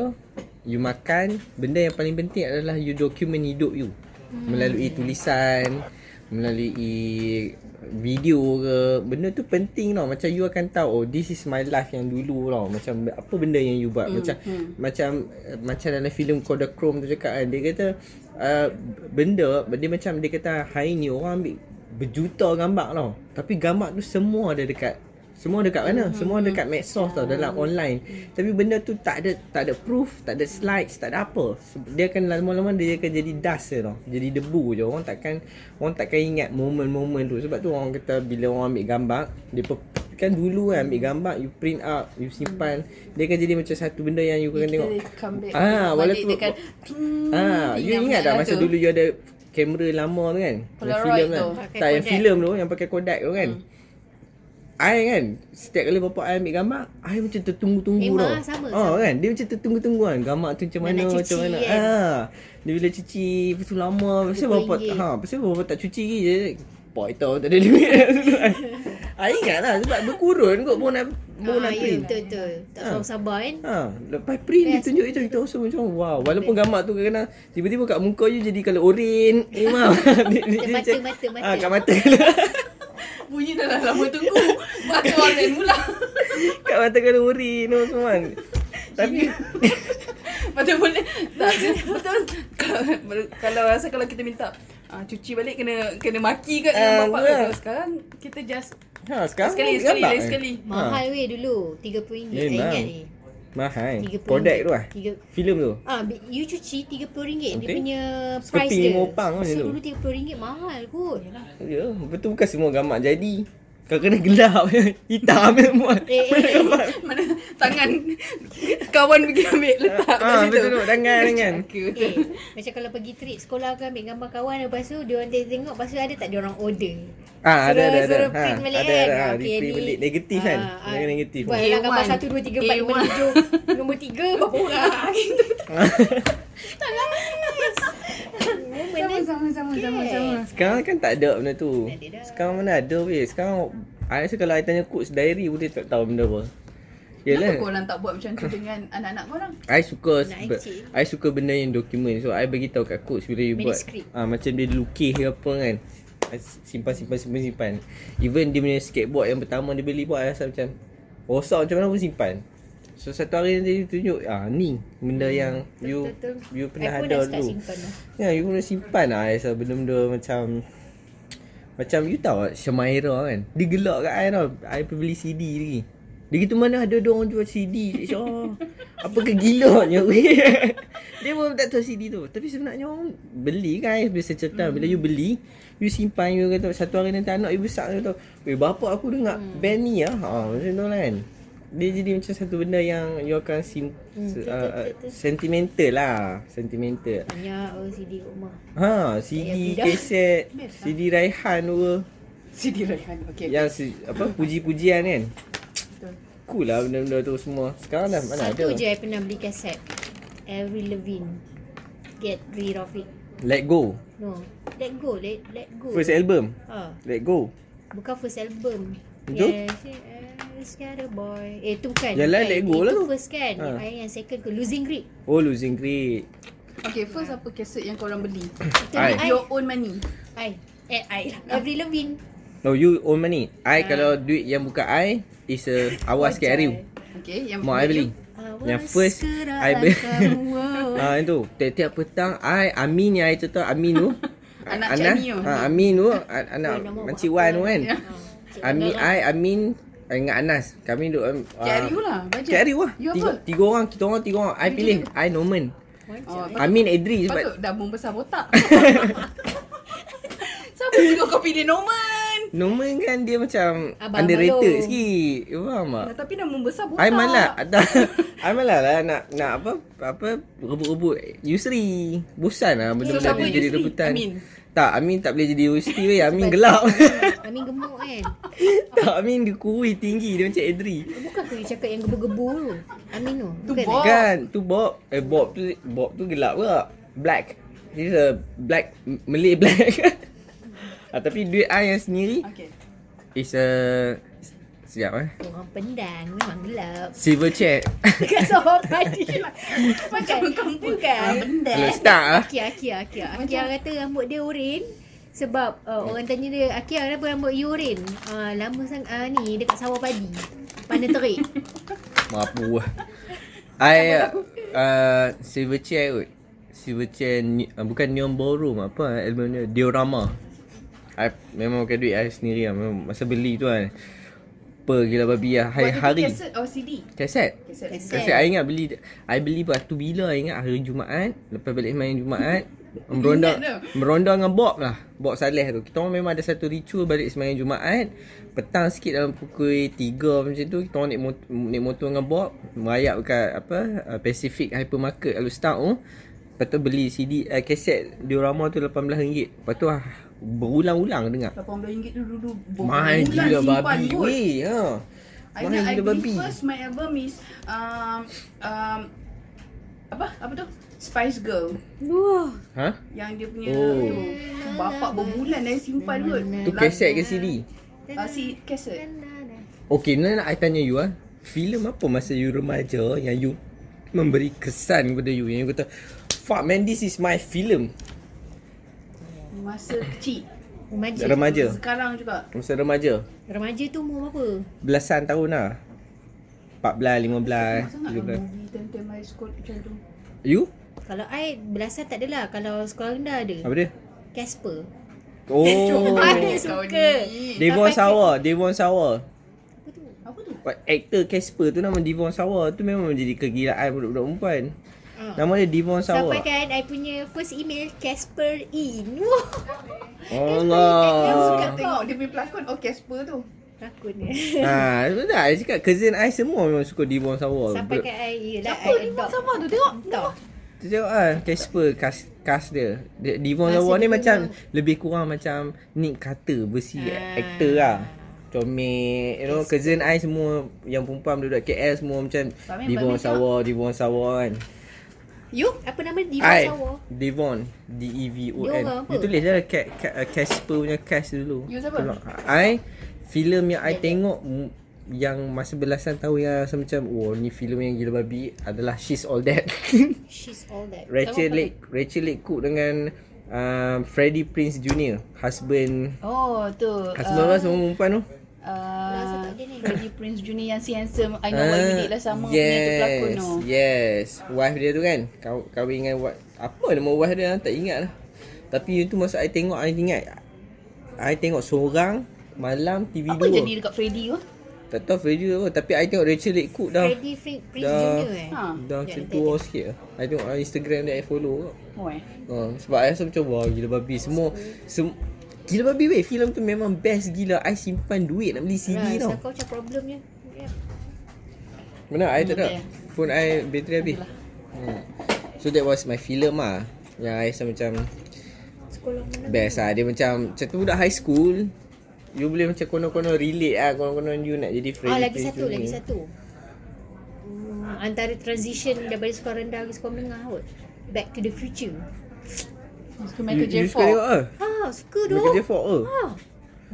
[SPEAKER 3] you makan, benda yang paling penting adalah you document hidup you.
[SPEAKER 4] Hmm.
[SPEAKER 3] Melalui tulisan, melalui video ke benda tu penting tau macam you akan tahu oh this is my life yang dulu tau macam apa benda yang you buat macam macam eh, macam dalam filem Kodachrome tu cakap kan dia kata uh, benda dia macam dia kata hari ni orang ambil berjuta gambar tau tapi gambar tu semua ada dekat semua dekat mana? Semua dekat Medsos tau dalam online. Tapi benda tu tak ada tak ada proof, tak ada slides, tak ada apa. Se- Dia akan lama-lama dia akan jadi dust je tau. Jadi debu je. Orang takkan orang takkan ingat momen-momen tu. Sebab tu orang kata bila orang ambil gambar, dia pe- kan dulu kan ambil gambar you print out, you simpan, dia akan jadi macam satu benda yang you akan tengok.
[SPEAKER 4] Kita come back.
[SPEAKER 3] Ah,
[SPEAKER 4] balik kan,
[SPEAKER 3] walaupun-
[SPEAKER 2] kan,
[SPEAKER 4] dekat
[SPEAKER 2] hmm,
[SPEAKER 3] Ah, you ingat tak
[SPEAKER 2] lah
[SPEAKER 3] masa dulu you ada kamera lama tu kan? Yang
[SPEAKER 4] Polaroid
[SPEAKER 3] filem
[SPEAKER 4] tu.
[SPEAKER 3] kan?
[SPEAKER 2] Pakai
[SPEAKER 3] Tak, yang
[SPEAKER 2] Kodak.
[SPEAKER 3] filem tu yang pakai Kodak tu kan.
[SPEAKER 2] Hmm.
[SPEAKER 3] I kan Setiap kali bapak I ambil gambar I macam tertunggu-tunggu tau
[SPEAKER 2] Memang lah, sama,
[SPEAKER 3] Ah,
[SPEAKER 2] sama.
[SPEAKER 3] kan Dia macam tertunggu-tunggu kan Gambar tu macam
[SPEAKER 2] Nak
[SPEAKER 3] mana
[SPEAKER 2] nak cuci
[SPEAKER 3] Macam mana
[SPEAKER 2] kan?
[SPEAKER 3] ah, Dia bila cuci Lepas tu lama Lepas tu
[SPEAKER 2] RM20.
[SPEAKER 3] bapak ha, Lepas tu bapak tak cuci lagi je Pak tau tak ada
[SPEAKER 2] <laughs>
[SPEAKER 3] duit I ingat lah Sebab berkurun kot Baru nak, baru
[SPEAKER 2] Ah,
[SPEAKER 3] nak
[SPEAKER 2] ya,
[SPEAKER 3] print
[SPEAKER 2] betul betul. Tak
[SPEAKER 3] Ah.
[SPEAKER 2] sabar-sabar kan.
[SPEAKER 3] Ha, lepas print dia
[SPEAKER 2] Best.
[SPEAKER 3] tunjuk itu kita also macam wow. Walaupun gambar tu kadang tiba-tiba kat muka you jadi kalau oren. Eh
[SPEAKER 2] <laughs>
[SPEAKER 3] mam. <laughs> Dia- dia- dia
[SPEAKER 2] Mata,
[SPEAKER 3] macam-
[SPEAKER 2] mata, mata.
[SPEAKER 3] Ah, kat mata. <laughs>
[SPEAKER 4] Bunyi dah dah lama tunggu. Mata <laughs> orang mula.
[SPEAKER 3] kat mata kalau oren tu semua. Tapi
[SPEAKER 4] Betul boleh tak, Betul kalau, kalau rasa kalau kita minta uh, Cuci balik kena kena maki kat
[SPEAKER 3] Ah,
[SPEAKER 4] dengan bapak
[SPEAKER 3] ya.
[SPEAKER 4] Kalau sekarang kita just
[SPEAKER 3] Ha, sekarang Ha,
[SPEAKER 4] Sekali sekali lain sekali Ha.
[SPEAKER 2] Mahal weh dulu RM30 saya
[SPEAKER 3] Memang.
[SPEAKER 2] Eh, ingat ni
[SPEAKER 4] Eh,
[SPEAKER 3] Mahal.
[SPEAKER 2] RM30.
[SPEAKER 3] Product tu lah.
[SPEAKER 2] Tiga,
[SPEAKER 3] Filem tu.
[SPEAKER 2] Ah, bi- you cuci RM30 okay. dia
[SPEAKER 3] Okay.
[SPEAKER 2] punya
[SPEAKER 3] Seperti
[SPEAKER 2] price dia.
[SPEAKER 3] ngopang
[SPEAKER 4] kan
[SPEAKER 3] macam
[SPEAKER 2] so
[SPEAKER 3] tu.
[SPEAKER 2] dulu RM30 mahal kot.
[SPEAKER 3] Ya, betul bukan semua gambar jadi. Kau kena gelap. <laughs> Hitam semua.
[SPEAKER 2] Eh, eh, eh. <laughs>
[SPEAKER 4] Mana tangan <laughs> kawan pergi ambil letak kat
[SPEAKER 3] Ah,
[SPEAKER 4] situ.
[SPEAKER 3] betul, Kan? betul. Tangan, tangan.
[SPEAKER 2] <laughs>
[SPEAKER 4] Caka, betul.
[SPEAKER 2] Eh, macam kalau pergi trip sekolah kan ambil gambar kawan lepas tu dia orang tengok lepas tu ada tak dia orang order.
[SPEAKER 3] Ah, ada,
[SPEAKER 2] Suruh-
[SPEAKER 3] ada, ada.
[SPEAKER 2] Suruh
[SPEAKER 3] Ha,
[SPEAKER 2] print balik
[SPEAKER 3] ada,
[SPEAKER 2] kan.
[SPEAKER 3] ada.
[SPEAKER 2] Okey,
[SPEAKER 3] Reprint
[SPEAKER 2] ni-
[SPEAKER 3] balik. Negatif kan?
[SPEAKER 2] Ah,
[SPEAKER 3] Jangan negatif.
[SPEAKER 2] Buatlah gambar
[SPEAKER 4] A1. A1.
[SPEAKER 2] 1, 2, 3, 4, 5, 7. Nombor <laughs> lah. 3 berapa orang. Gitu. Tak laris. Moment kan.
[SPEAKER 4] Sama sama sama
[SPEAKER 2] Okay.
[SPEAKER 4] sama.
[SPEAKER 3] Sekarang kan tak ada benda tu.
[SPEAKER 2] Tak ada dah.
[SPEAKER 3] Sekarang mana ada weh. Sekarang I rasa kalau I tanya coach diary boleh tak tahu benda apa.
[SPEAKER 4] Kenapa
[SPEAKER 3] Yalah.
[SPEAKER 4] korang tak buat macam tu dengan anak-anak korang?
[SPEAKER 3] I suka
[SPEAKER 2] Nak
[SPEAKER 3] sebab-
[SPEAKER 2] kecil.
[SPEAKER 3] I suka benda yang dokumen So I bagi tahu kat coach bila you buat
[SPEAKER 2] Manuscript.
[SPEAKER 3] ah macam dia lukis ke apa kan. I simpan simpan simpan simpan. Even dia punya skateboard yang pertama dia beli buat I rasa macam rosak macam mana pun simpan. So satu hari nanti dia tunjuk ah ni benda yang you
[SPEAKER 2] Hmm. Betul, betul.
[SPEAKER 3] you pernah
[SPEAKER 2] I pun
[SPEAKER 3] ada
[SPEAKER 2] dah start
[SPEAKER 3] dulu.
[SPEAKER 2] simpan lah. dah.
[SPEAKER 3] Ya, you kena simpan lah Aisyah benda-benda macam Macam you tahu tak Shemaira kan Dia gelak kat I tau I pergi beli CD lagi Dia gitu mana ada dia orang jual CD Aisyah Apa kegilanya weh <laughs> Dia pun tak tahu CD tu Tapi sebenarnya orang Beli kan Aisyah Bila cerita Bila you beli You simpan You kata Satu hari nanti anak you besar You tahu Weh bapak aku dengar Band ni lah ha, Macam tu lah kan dia jadi macam satu benda yang you akan sim,
[SPEAKER 2] Hmm,
[SPEAKER 3] uh, uh,
[SPEAKER 2] betul, betul, betul.
[SPEAKER 3] sentimental lah sentimental
[SPEAKER 2] Banyak OCD kat rumah.
[SPEAKER 3] Ha,
[SPEAKER 2] Ayah
[SPEAKER 3] CD
[SPEAKER 2] Bidah.
[SPEAKER 3] kaset,
[SPEAKER 2] Bidah.
[SPEAKER 3] CD Raihan apa
[SPEAKER 4] Sidi Raihan. Okey.
[SPEAKER 3] yang si, apa puji-pujian kan.
[SPEAKER 4] Betul.
[SPEAKER 3] Cool lah benda-benda tu semua. Sekarang dah mana
[SPEAKER 2] Satu
[SPEAKER 3] ada.
[SPEAKER 2] je I pernah beli kaset. Avril Lavigne. Get rid of it.
[SPEAKER 3] Let go.
[SPEAKER 2] No. Let go. Let let go.
[SPEAKER 3] First album.
[SPEAKER 2] Ah,
[SPEAKER 3] Let go.
[SPEAKER 2] bukan first album.
[SPEAKER 3] Betul?
[SPEAKER 2] Yeah, she- uh, Scatter Boy. Eh tu bukan.
[SPEAKER 3] Yalah,
[SPEAKER 2] bukan.
[SPEAKER 3] Let Go lah
[SPEAKER 2] Itu
[SPEAKER 3] tu.
[SPEAKER 2] first kan.
[SPEAKER 3] Ha.
[SPEAKER 2] Ha. I yang second ke Losing Grip.
[SPEAKER 3] Oh losing grade.
[SPEAKER 4] Okey, first apa kaset yang korang beli?
[SPEAKER 2] Itu
[SPEAKER 3] Ai.
[SPEAKER 2] I.
[SPEAKER 4] Your own money.
[SPEAKER 2] I. Eh I. Avril Lavigne.
[SPEAKER 3] No you own money. I kalau duit yang bukan I is a awas sikit Ariu.
[SPEAKER 4] Okey, yang
[SPEAKER 3] Mau I beli. Yang first, I
[SPEAKER 2] I
[SPEAKER 3] beli- <laughs>
[SPEAKER 2] <laughs> kamu. oh.
[SPEAKER 3] Ah itu tiap-tiap petang I Amin yang I cerita Amin tu.
[SPEAKER 4] <laughs> Anak
[SPEAKER 3] Ana-
[SPEAKER 4] Cik Ani tu.
[SPEAKER 3] Ha, Amin tu a- anak
[SPEAKER 2] Oh, nama
[SPEAKER 3] Makcik Wan
[SPEAKER 2] buat
[SPEAKER 3] tu <laughs> kan.
[SPEAKER 4] Ya.
[SPEAKER 3] Amin I Amin I dengan Anas. Kami duk um,
[SPEAKER 4] Cik
[SPEAKER 3] ah,
[SPEAKER 4] Ariu lah, bajet.
[SPEAKER 3] Cik Ariu lah.
[SPEAKER 4] You
[SPEAKER 3] Tiga,
[SPEAKER 4] apa?
[SPEAKER 3] tiga orang, kita orang tiga orang. I pilih. I Norman.
[SPEAKER 4] Oh, patut-
[SPEAKER 3] Amin Edri
[SPEAKER 4] Patut
[SPEAKER 3] sebab
[SPEAKER 4] dah membesar botak. <laughs> Siapa suruh kau pilih Norman?
[SPEAKER 3] Norman kan dia macam
[SPEAKER 2] Abang
[SPEAKER 3] underrated
[SPEAKER 2] Abang
[SPEAKER 3] sikit. You faham tak?
[SPEAKER 4] Dah, tapi dah membesar botak.
[SPEAKER 3] I
[SPEAKER 4] <laughs>
[SPEAKER 3] malas I malas lah nak nak apa apa rebut-rebut Yusri. Bosan lah
[SPEAKER 4] So,
[SPEAKER 3] benda-benda
[SPEAKER 4] siapa
[SPEAKER 3] dia jadi
[SPEAKER 4] Yusri?
[SPEAKER 3] rebutan.
[SPEAKER 4] Amin.
[SPEAKER 3] Tak, Amin tak boleh jadi Yusri weh. Amin gelap.
[SPEAKER 4] <laughs>
[SPEAKER 2] Amin gemuk kan.
[SPEAKER 3] tak, Amin dia kurus tinggi. Dia macam Edri.
[SPEAKER 2] Bukan ke you cakap yang gebu-gebu tu. Amin tu.
[SPEAKER 4] Tu
[SPEAKER 2] Bukan
[SPEAKER 4] Bob.
[SPEAKER 3] Kan, tu Bob. Eh, Bob tu, Bob tu gelap pula. Black. He's a black, Malay black. <laughs> ah, tapi duit I yang sendiri
[SPEAKER 4] Okey.
[SPEAKER 3] is a... Sekejap eh.
[SPEAKER 2] eh? Orang pendang memang gelap. <laughs>
[SPEAKER 3] Silver chair.
[SPEAKER 4] <laughs>
[SPEAKER 2] Bukan seorang tadi lah.
[SPEAKER 4] Macam kampung.
[SPEAKER 2] Bukan.
[SPEAKER 3] Kalau start lah.
[SPEAKER 2] Akia, Akia, Akia. Akia kata rambut dia oren sebab uh,
[SPEAKER 4] Hmm.
[SPEAKER 2] orang tanya dia, Akia kenapa rambut you oren? Uh, lama sangat uh, ni dekat sawah padi. Panas
[SPEAKER 4] <laughs>
[SPEAKER 2] terik.
[SPEAKER 3] Mampu lah. I uh, silver chair kot. Silver chair ni, uh, bukan neon ballroom apa eh, album dia diorama. I memang pakai duit I sendiri lah. Memang, masa beli tu kan. Per gila babi lah. Hari,
[SPEAKER 4] Buat
[SPEAKER 3] hari.
[SPEAKER 4] dia Kaset or CD?
[SPEAKER 3] Kaset.
[SPEAKER 4] Kaset.
[SPEAKER 2] Kaset.
[SPEAKER 3] Kaset I ingat beli I beli lepas tu bila I ingat hari Jumaat Lepas balik main Jumaat Meronda
[SPEAKER 4] Ingat tu.
[SPEAKER 3] Meronda dengan Bob lah Bob Saleh tu Kita orang memang ada satu ritual balik semayang Jumaat Petang sikit dalam pukul 3 macam tu Kita orang naik motor, naik motor dengan Bob Merayap kat apa uh, Pacific Hypermarket Alustar tu Lepas tu beli CD uh, Kaset diorama tu RM18 Lepas tu ah, berulang-ulang dengar
[SPEAKER 4] RM18 tu dulu
[SPEAKER 3] Mahal
[SPEAKER 4] berbulan
[SPEAKER 3] gila
[SPEAKER 4] simpan
[SPEAKER 3] babi
[SPEAKER 4] kot.
[SPEAKER 3] Weh ha.
[SPEAKER 4] I
[SPEAKER 3] Mahal
[SPEAKER 4] ingat I
[SPEAKER 3] gila
[SPEAKER 4] beli
[SPEAKER 3] babi
[SPEAKER 4] first my album is um, um, apa apa tu? Spice Girl
[SPEAKER 2] Wah.
[SPEAKER 3] Ha?
[SPEAKER 4] yang dia punya
[SPEAKER 3] Oh.
[SPEAKER 4] tu. tu bapak berbulan dan simpan kot.
[SPEAKER 3] Tu kaset ke CD?
[SPEAKER 4] Ah, si kaset.
[SPEAKER 3] Okay, Nan nak I tanya you ah. Filem apa masa you remaja yang you memberi kesan kepada you yang you kata fuck man this is my film
[SPEAKER 4] Masa kecil.
[SPEAKER 2] Remaja.
[SPEAKER 3] remaja
[SPEAKER 4] Sekarang juga.
[SPEAKER 3] masa remaja
[SPEAKER 2] Remaja tu umur berapa?
[SPEAKER 3] belasan tahun lah 14
[SPEAKER 4] Sangat
[SPEAKER 3] 15
[SPEAKER 4] movie time-time high school macam tu.
[SPEAKER 3] 17 You?
[SPEAKER 2] Kalau I Belasan tak adalah Kalau sekolah rendah ada
[SPEAKER 3] Apa
[SPEAKER 2] <laughs>
[SPEAKER 3] dia?
[SPEAKER 2] Casper
[SPEAKER 3] Oh.
[SPEAKER 2] I suka
[SPEAKER 3] Devon
[SPEAKER 2] Sampai-
[SPEAKER 3] Sawa, Devon Sawa.
[SPEAKER 2] Apa tu?
[SPEAKER 4] Apa tu?
[SPEAKER 3] But Actor Casper tu nama Devon Sawa tu memang menjadi kegilaan budak-budak perempuan.
[SPEAKER 2] Ah.
[SPEAKER 3] Nama dia Devon Sawa.
[SPEAKER 2] Sampai kan I punya first email Casper in Wah
[SPEAKER 4] Suka Uh,
[SPEAKER 3] Allah.
[SPEAKER 4] tengok dia punya pelakon oh Casper tu.
[SPEAKER 2] Takut ni
[SPEAKER 3] Ha, tak, dia cakap cousin I semua memang suka Devon Sawa.
[SPEAKER 2] Sampai
[SPEAKER 3] Ber-
[SPEAKER 2] kat I Yelah
[SPEAKER 4] Apa
[SPEAKER 2] I
[SPEAKER 4] Oh, ni eh,
[SPEAKER 2] adopt
[SPEAKER 4] sama tu tengok.
[SPEAKER 2] Tau
[SPEAKER 3] Dia cakap ah, Casper, kas, kas dia. dia Devon
[SPEAKER 2] Rasa
[SPEAKER 3] Sawa ni
[SPEAKER 2] dia
[SPEAKER 3] macam, lebih kurang macam Nick Carter versi
[SPEAKER 2] Ah.
[SPEAKER 3] actor lah. Comel, you know, cousin I semua yang perempuan duduk KL semua macam
[SPEAKER 4] Bamin,
[SPEAKER 3] Devon
[SPEAKER 4] bamin
[SPEAKER 3] Sawa, Devon Sawa kan.
[SPEAKER 2] You Apa nama dia? Diva
[SPEAKER 3] I,
[SPEAKER 2] Sawa
[SPEAKER 3] Devon D E V O
[SPEAKER 2] Dia
[SPEAKER 3] N.
[SPEAKER 2] orang apa?
[SPEAKER 3] Dia tulis lah cat, cat, uh, Casper punya cast dulu.
[SPEAKER 4] You siapa?
[SPEAKER 3] Tolong. I filem yang I tengok mm, yang masa belasan tahun yang rasa macam oh ni filem yang gila babi adalah She's All That. <laughs>
[SPEAKER 2] She's all that
[SPEAKER 3] Rachel Lake Rachel Lake Cook dengan uh, Freddie Prince Jr. husband
[SPEAKER 4] Oh tu.
[SPEAKER 3] husband orang semua perempuan tu.
[SPEAKER 4] eh,
[SPEAKER 2] Rasa tak
[SPEAKER 4] Uh,
[SPEAKER 2] ada ni.
[SPEAKER 4] Freddie Prince Junior yang si handsome I know what you
[SPEAKER 3] Ah,
[SPEAKER 4] did lah sama
[SPEAKER 3] yes,
[SPEAKER 4] punya tu pelakon tu
[SPEAKER 3] Yes Wife dia tu kan Kau kahwin dengan wife, Apa nama wife dia Tak ingat lah Tapi itu masa I tengok I ingat I tengok seorang Malam TV2
[SPEAKER 4] Apa jadi dekat Freddie tu?
[SPEAKER 3] Tak tahu Freddy tu apa Tapi I tengok Rachel Lake Cook dah
[SPEAKER 2] Freddie Fri- Prince
[SPEAKER 3] dah-
[SPEAKER 2] Junior eh
[SPEAKER 4] Ha.
[SPEAKER 3] Dah macam tua sikit lah I tengok I Instagram dia I follow kot.
[SPEAKER 4] Oh eh.
[SPEAKER 3] Ha, sebab I rasa macam Wah gila babi Semua sem- Gila babi weh Filem tu memang best gila I simpan duit Nak beli CD
[SPEAKER 2] Rasa
[SPEAKER 3] tau
[SPEAKER 2] kau macam problemnya Yeah.
[SPEAKER 3] Mana I tak ada
[SPEAKER 4] Hmm, tak
[SPEAKER 3] Phone I bateri habis hmm. So that was my film lah Yang I rasa macam
[SPEAKER 2] Sekolah mana
[SPEAKER 3] Best lah Dia macam Macam tu budak high school You boleh macam konon-konon relate lah Konon-konon you nak jadi Freddy
[SPEAKER 2] Ah lagi
[SPEAKER 3] Prinze
[SPEAKER 2] satu
[SPEAKER 3] ni.
[SPEAKER 2] Lagi satu hmm, Antara transition Daripada sekolah rendah Ke sekolah menengah kot Back to the future
[SPEAKER 4] Suka
[SPEAKER 3] You,
[SPEAKER 4] Michael J.
[SPEAKER 3] you suka
[SPEAKER 4] Fox.
[SPEAKER 3] tengok lah
[SPEAKER 2] Ha suka tu
[SPEAKER 3] Michael J. Fox ah? ke
[SPEAKER 2] Ha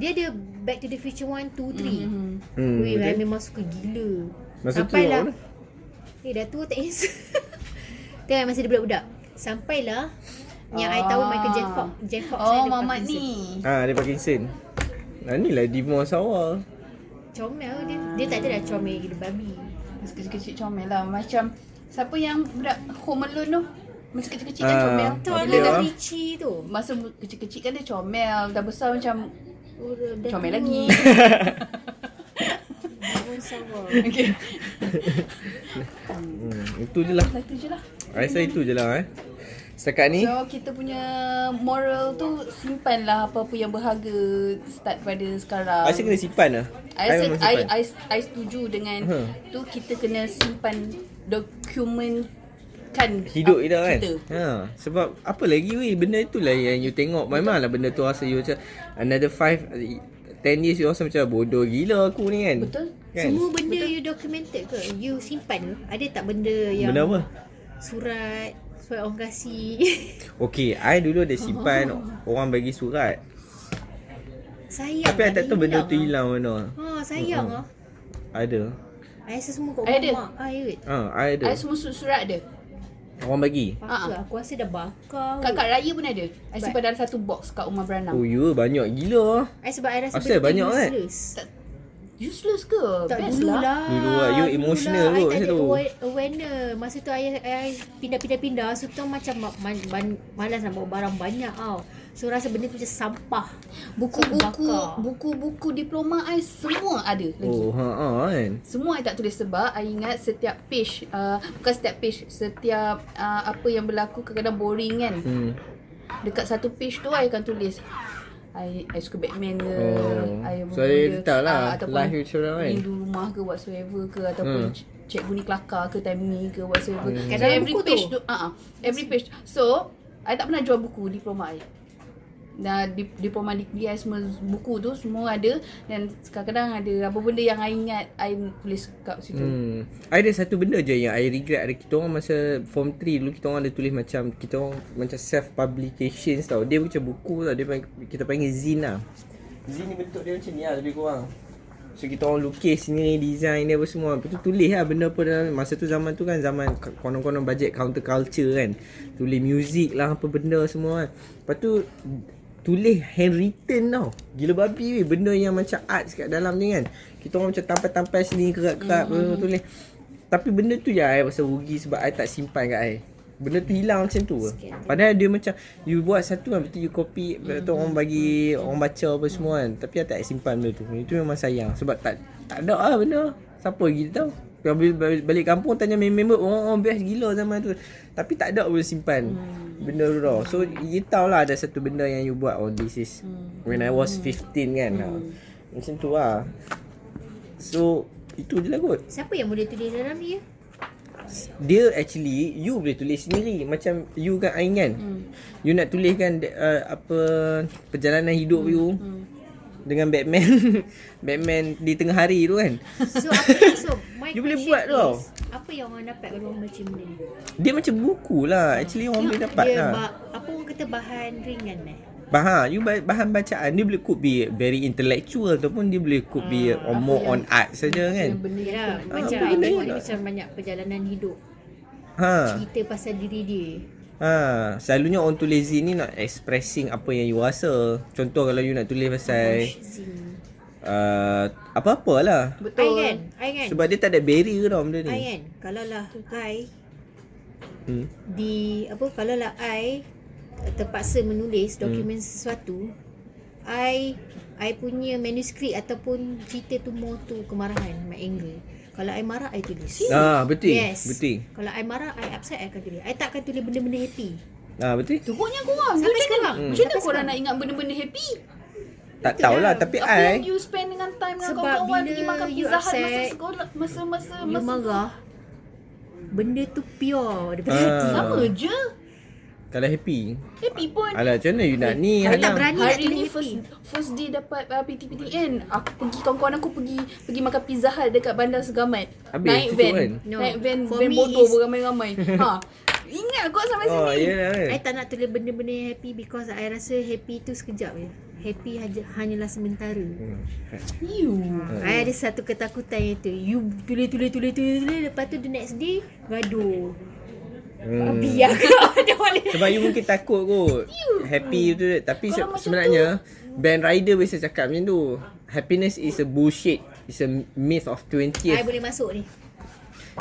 [SPEAKER 2] Dia ada Back to the future 1, 2, 3
[SPEAKER 4] Mhm.
[SPEAKER 3] hmm,
[SPEAKER 2] Weh
[SPEAKER 3] betul.
[SPEAKER 2] I memang suka gila
[SPEAKER 3] Masa tu
[SPEAKER 2] Sampailah
[SPEAKER 3] awak
[SPEAKER 2] Eh dah tua tak handsome <laughs> Tengok masa dia budak-budak Sampailah Yang I tahu
[SPEAKER 4] Ah.
[SPEAKER 2] Michael J. Fox J. Fox ni
[SPEAKER 4] Oh
[SPEAKER 2] ada
[SPEAKER 4] mamat
[SPEAKER 2] Parkinson.
[SPEAKER 4] ni.
[SPEAKER 3] Ah, dia Parkinson Nah ni lah Dimon Sawa
[SPEAKER 2] Comel dia Dia tak ada dah comel gila babi
[SPEAKER 4] Masa kecil-kecil comel lah Macam Siapa yang budak home alone tu Masa kecil-kecil kan
[SPEAKER 3] Ah.
[SPEAKER 4] comel
[SPEAKER 2] Tahu
[SPEAKER 3] Apa
[SPEAKER 2] ada
[SPEAKER 3] dia?
[SPEAKER 2] dah Richie tu
[SPEAKER 4] Masa bu- kecil-kecil kan dia comel Dah besar macam
[SPEAKER 2] Oh, dah- dah
[SPEAKER 4] Comel
[SPEAKER 2] tua. <laughs>
[SPEAKER 4] lagi
[SPEAKER 2] Bangun sawah
[SPEAKER 4] Okay
[SPEAKER 3] hmm, Itu je lah Eh?
[SPEAKER 4] Lah tu je lah
[SPEAKER 3] I rasa itu je lah eh Setakat ni
[SPEAKER 4] So kita punya moral tu Simpanlah apa-apa yang berharga Start pada sekarang
[SPEAKER 3] I rasa kena simpan lah
[SPEAKER 4] I, rasa,
[SPEAKER 3] memang
[SPEAKER 4] I,
[SPEAKER 3] simpan. Hmm.
[SPEAKER 4] I, I setuju dengan
[SPEAKER 3] Huh.
[SPEAKER 4] Tu kita kena simpan Dokumen kan
[SPEAKER 3] Hidup kita kan ha, Sebab apa lagi weh Benda itulah yang you tengok Memanglah benda tu rasa you macam Another 5 10 years you rasa macam Bodoh gila aku ni kan
[SPEAKER 4] Betul.
[SPEAKER 3] kan?
[SPEAKER 2] Semua benda you documented ke? You simpan ke? Ada tak benda yang
[SPEAKER 3] Benda apa?
[SPEAKER 2] Surat Surat orang
[SPEAKER 3] <laughs>
[SPEAKER 2] kasih
[SPEAKER 3] Okay I dulu ada simpan Orang bagi surat
[SPEAKER 2] Sayang
[SPEAKER 3] Tapi I
[SPEAKER 2] lah,
[SPEAKER 3] tak
[SPEAKER 2] dia
[SPEAKER 3] tahu benda tu
[SPEAKER 2] ah.
[SPEAKER 3] hilang mana
[SPEAKER 2] Ha sayang ah.
[SPEAKER 3] Ada
[SPEAKER 2] I rasa semua kat
[SPEAKER 4] I ada.
[SPEAKER 2] rumah mak I kot
[SPEAKER 3] ha, I ada
[SPEAKER 4] I semua su- surat dia
[SPEAKER 3] Orang bagi
[SPEAKER 2] Pakar
[SPEAKER 4] Ah.
[SPEAKER 2] aku rasa dah bakar kot.
[SPEAKER 4] Kakak Raya pun ada. I simpan dalam satu box kat rumah beranang.
[SPEAKER 3] Oh you banyak gila
[SPEAKER 2] I sebab I rasa
[SPEAKER 3] Asal
[SPEAKER 2] benda tu
[SPEAKER 3] banyak kan?
[SPEAKER 2] useless.
[SPEAKER 4] Tak, useless ke?
[SPEAKER 2] Tak
[SPEAKER 4] Best
[SPEAKER 2] dulu
[SPEAKER 4] lah.
[SPEAKER 2] lah
[SPEAKER 3] Dulu lah, you emotional kot
[SPEAKER 2] kot I tak
[SPEAKER 3] masa
[SPEAKER 2] ada
[SPEAKER 3] tu.
[SPEAKER 2] awa- awareness Masa tu I, I pindah-pindah-pindah So tu macam ma- ma- ban- malas nak bawa barang banyak tau So rasa benda tu macam sampah
[SPEAKER 4] Buku-buku,
[SPEAKER 2] Bakar.
[SPEAKER 4] buku-buku diploma I semua ada lagi.
[SPEAKER 3] Oh ha, ha kan
[SPEAKER 4] Semua I tak tulis sebab I ingat setiap page uh, Bukan setiap page Setiap uh, apa yang berlaku kadang-kadang boring kan
[SPEAKER 3] hmm.
[SPEAKER 4] Dekat satu page tu I akan tulis I, I suka Batman ke
[SPEAKER 3] Oh.
[SPEAKER 4] I
[SPEAKER 3] So, I letak lah
[SPEAKER 4] ah, ataupun
[SPEAKER 3] life you cerah kan?
[SPEAKER 4] Rindu rumah ke whatsoever ke
[SPEAKER 3] Hmm.
[SPEAKER 4] Ataupun hmm. Cikgu ni kelakar ke Time ni ke whatsoever hmm.
[SPEAKER 2] Kat
[SPEAKER 4] So
[SPEAKER 2] dalam
[SPEAKER 4] every
[SPEAKER 2] buku tu?
[SPEAKER 4] page tu uh, Every page So I tak pernah jual buku diploma I Dah di- diploma degree I semua buku tu semua ada Dan kadang-kadang ada apa benda yang I ingat I tulis kat situ hmm.
[SPEAKER 3] Hmm. I ada satu benda je yang I regret ada kita orang masa form 3 dulu kita orang ada tulis macam kita orang macam self publications tau. Dia macam buku tau dia panggil, kita panggil zin lah. Zin ni bentuk dia macam ni lah lebih kurang. So kita orang lukis ni design ni apa semua. Lepas tu tulis lah benda apa dalam masa tu zaman tu kan zaman k- konon-konon bajet counter culture kan. Tulis music lah apa benda semua kan. Lepas tu tulis handwritten tau. Gila babi weh benda yang macam arts kat dalam ni kan. Kita orang macam tampal-tampal eh, sini kerat-kerat mm-hmm. tulis. Tapi benda tu je I rasa rugi sebab I tak simpan kat I. Benda tu hilang macam tu ke? Padahal dia macam You buat satu kan Lepas tu you copy Lepas tu orang bagi Orang baca apa semua kan Tapi I tak simpan benda tu Itu memang sayang Sebab tak tak ada lah benda Siapa lagi dia tahu Kalau balik- balik- balik kampung Tanya member Orang-orang "Oh, best gila zaman tu Tapi tak ada pun simpan
[SPEAKER 2] Hmm.
[SPEAKER 3] Benda tu tau So you tahu lah Ada satu benda yang you buat Oh this is
[SPEAKER 2] Hmm.
[SPEAKER 3] When I was 15 kan ha. Macam tu lah So Itu je lah kot
[SPEAKER 2] Siapa yang boleh tulis dalam dia?
[SPEAKER 3] dia actually you boleh tulis sendiri macam you kan Ain kan
[SPEAKER 2] Hmm.
[SPEAKER 3] you nak tuliskan uh, apa perjalanan hidup
[SPEAKER 2] Hmm.
[SPEAKER 3] you dengan Batman <laughs> Batman di tengah hari tu kan
[SPEAKER 2] So apa so my
[SPEAKER 3] You boleh
[SPEAKER 2] question
[SPEAKER 3] buat tau.
[SPEAKER 2] is, Apa yang orang dapat kalau orang baca benda ni?
[SPEAKER 3] dia macam buku lah actually orang boleh dapat
[SPEAKER 2] dia
[SPEAKER 3] lah
[SPEAKER 2] ba- apa orang kata bahan ringan eh?
[SPEAKER 3] bahan you ba- bahan bacaan dia boleh could be very intellectual ataupun dia boleh could be
[SPEAKER 2] Hmm,
[SPEAKER 3] on more on art saja kan
[SPEAKER 4] Benda
[SPEAKER 2] Yalah,
[SPEAKER 4] tu-
[SPEAKER 2] Ya, macam
[SPEAKER 3] apa benda
[SPEAKER 2] tengok
[SPEAKER 3] ni?
[SPEAKER 2] ni macam banyak perjalanan hidup.
[SPEAKER 3] ha
[SPEAKER 2] Cerita pasal diri dia.
[SPEAKER 3] Ha, selalunya orang tulis zin ni nak expressing apa yang you rasa. Contoh kalau you nak tulis pasal
[SPEAKER 2] Zin.
[SPEAKER 3] uh, apa-apalah.
[SPEAKER 2] I
[SPEAKER 4] Betul.
[SPEAKER 2] kan, I kan.
[SPEAKER 3] Sebab dia tak ada barrier tau benda
[SPEAKER 2] I
[SPEAKER 3] ni.
[SPEAKER 2] kan. Kalau lah I
[SPEAKER 3] Hmm.
[SPEAKER 2] di apa kalau lah I terpaksa menulis
[SPEAKER 3] Hmm.
[SPEAKER 2] dokumen sesuatu I I punya manuskrip ataupun cerita tu more tu kemarahan my anger kalau I marah I tulis
[SPEAKER 3] Ah, betul.
[SPEAKER 2] Yes.
[SPEAKER 3] Betul.
[SPEAKER 2] Kalau I marah, I upset, I akan tulis. I tak akan tulis benda-benda happy.
[SPEAKER 3] Ah, betul.
[SPEAKER 4] Teruknya korang. Macam
[SPEAKER 2] Sampai
[SPEAKER 4] mana?
[SPEAKER 2] sekarang. Hmm.
[SPEAKER 4] Macam mana
[SPEAKER 2] Sampai
[SPEAKER 4] korang
[SPEAKER 2] sekarang.
[SPEAKER 4] nak ingat benda-benda happy?
[SPEAKER 3] Tak
[SPEAKER 2] lah.
[SPEAKER 3] tahulah tapi
[SPEAKER 4] Apa
[SPEAKER 3] I
[SPEAKER 4] yang you spend dengan time dengan
[SPEAKER 2] Sebab
[SPEAKER 4] kawan-kawan
[SPEAKER 2] bila
[SPEAKER 4] pergi makan
[SPEAKER 2] you
[SPEAKER 4] pizza hut masa
[SPEAKER 2] upset,
[SPEAKER 4] sekolah masa-masa
[SPEAKER 2] you
[SPEAKER 4] masa
[SPEAKER 2] marah, benda tu pure daripada
[SPEAKER 3] Ah.
[SPEAKER 2] hati.
[SPEAKER 4] sama je.
[SPEAKER 3] kalau happy.
[SPEAKER 4] Happy pun.
[SPEAKER 3] Alah, macam mana you nak ni?
[SPEAKER 2] Aku tak
[SPEAKER 3] Halang?
[SPEAKER 2] berani nak
[SPEAKER 4] Hari
[SPEAKER 2] tulis
[SPEAKER 4] ni
[SPEAKER 2] happy.
[SPEAKER 4] first first day dapat uh, PTPTN. Aku pergi kawan-kawan aku pergi pergi makan pizza hut dekat Bandar Segamat.
[SPEAKER 3] Habis,
[SPEAKER 4] naik
[SPEAKER 3] tutup
[SPEAKER 4] van.
[SPEAKER 3] kan?
[SPEAKER 2] No.
[SPEAKER 4] Naik van
[SPEAKER 2] For
[SPEAKER 4] van
[SPEAKER 2] me
[SPEAKER 4] bodoh <laughs>
[SPEAKER 2] is-
[SPEAKER 4] beramai-ramai. ha. Ingat kot sampai
[SPEAKER 3] Oh,
[SPEAKER 4] sini.
[SPEAKER 3] ya lah.
[SPEAKER 2] I tak nak tulis benda-benda yang happy because I rasa happy tu sekejap je. Happy haja- hanyalah sementara.
[SPEAKER 3] Hmm.
[SPEAKER 4] You.
[SPEAKER 2] I ada satu ketakutan itu. You tulis tulis tulis tulis tulis lepas tu the next day gaduh.
[SPEAKER 3] Hmm.
[SPEAKER 4] ah.
[SPEAKER 2] Biar kau ada boleh.
[SPEAKER 3] Sebab you mungkin takut kot Happy tu Tapi se-
[SPEAKER 4] Hmm. Kalau macam hmm.
[SPEAKER 3] sebenarnya Band Rider biasa cakap macam tu Happiness is a bullshit It's a myth of 20th
[SPEAKER 2] I boleh masuk ni.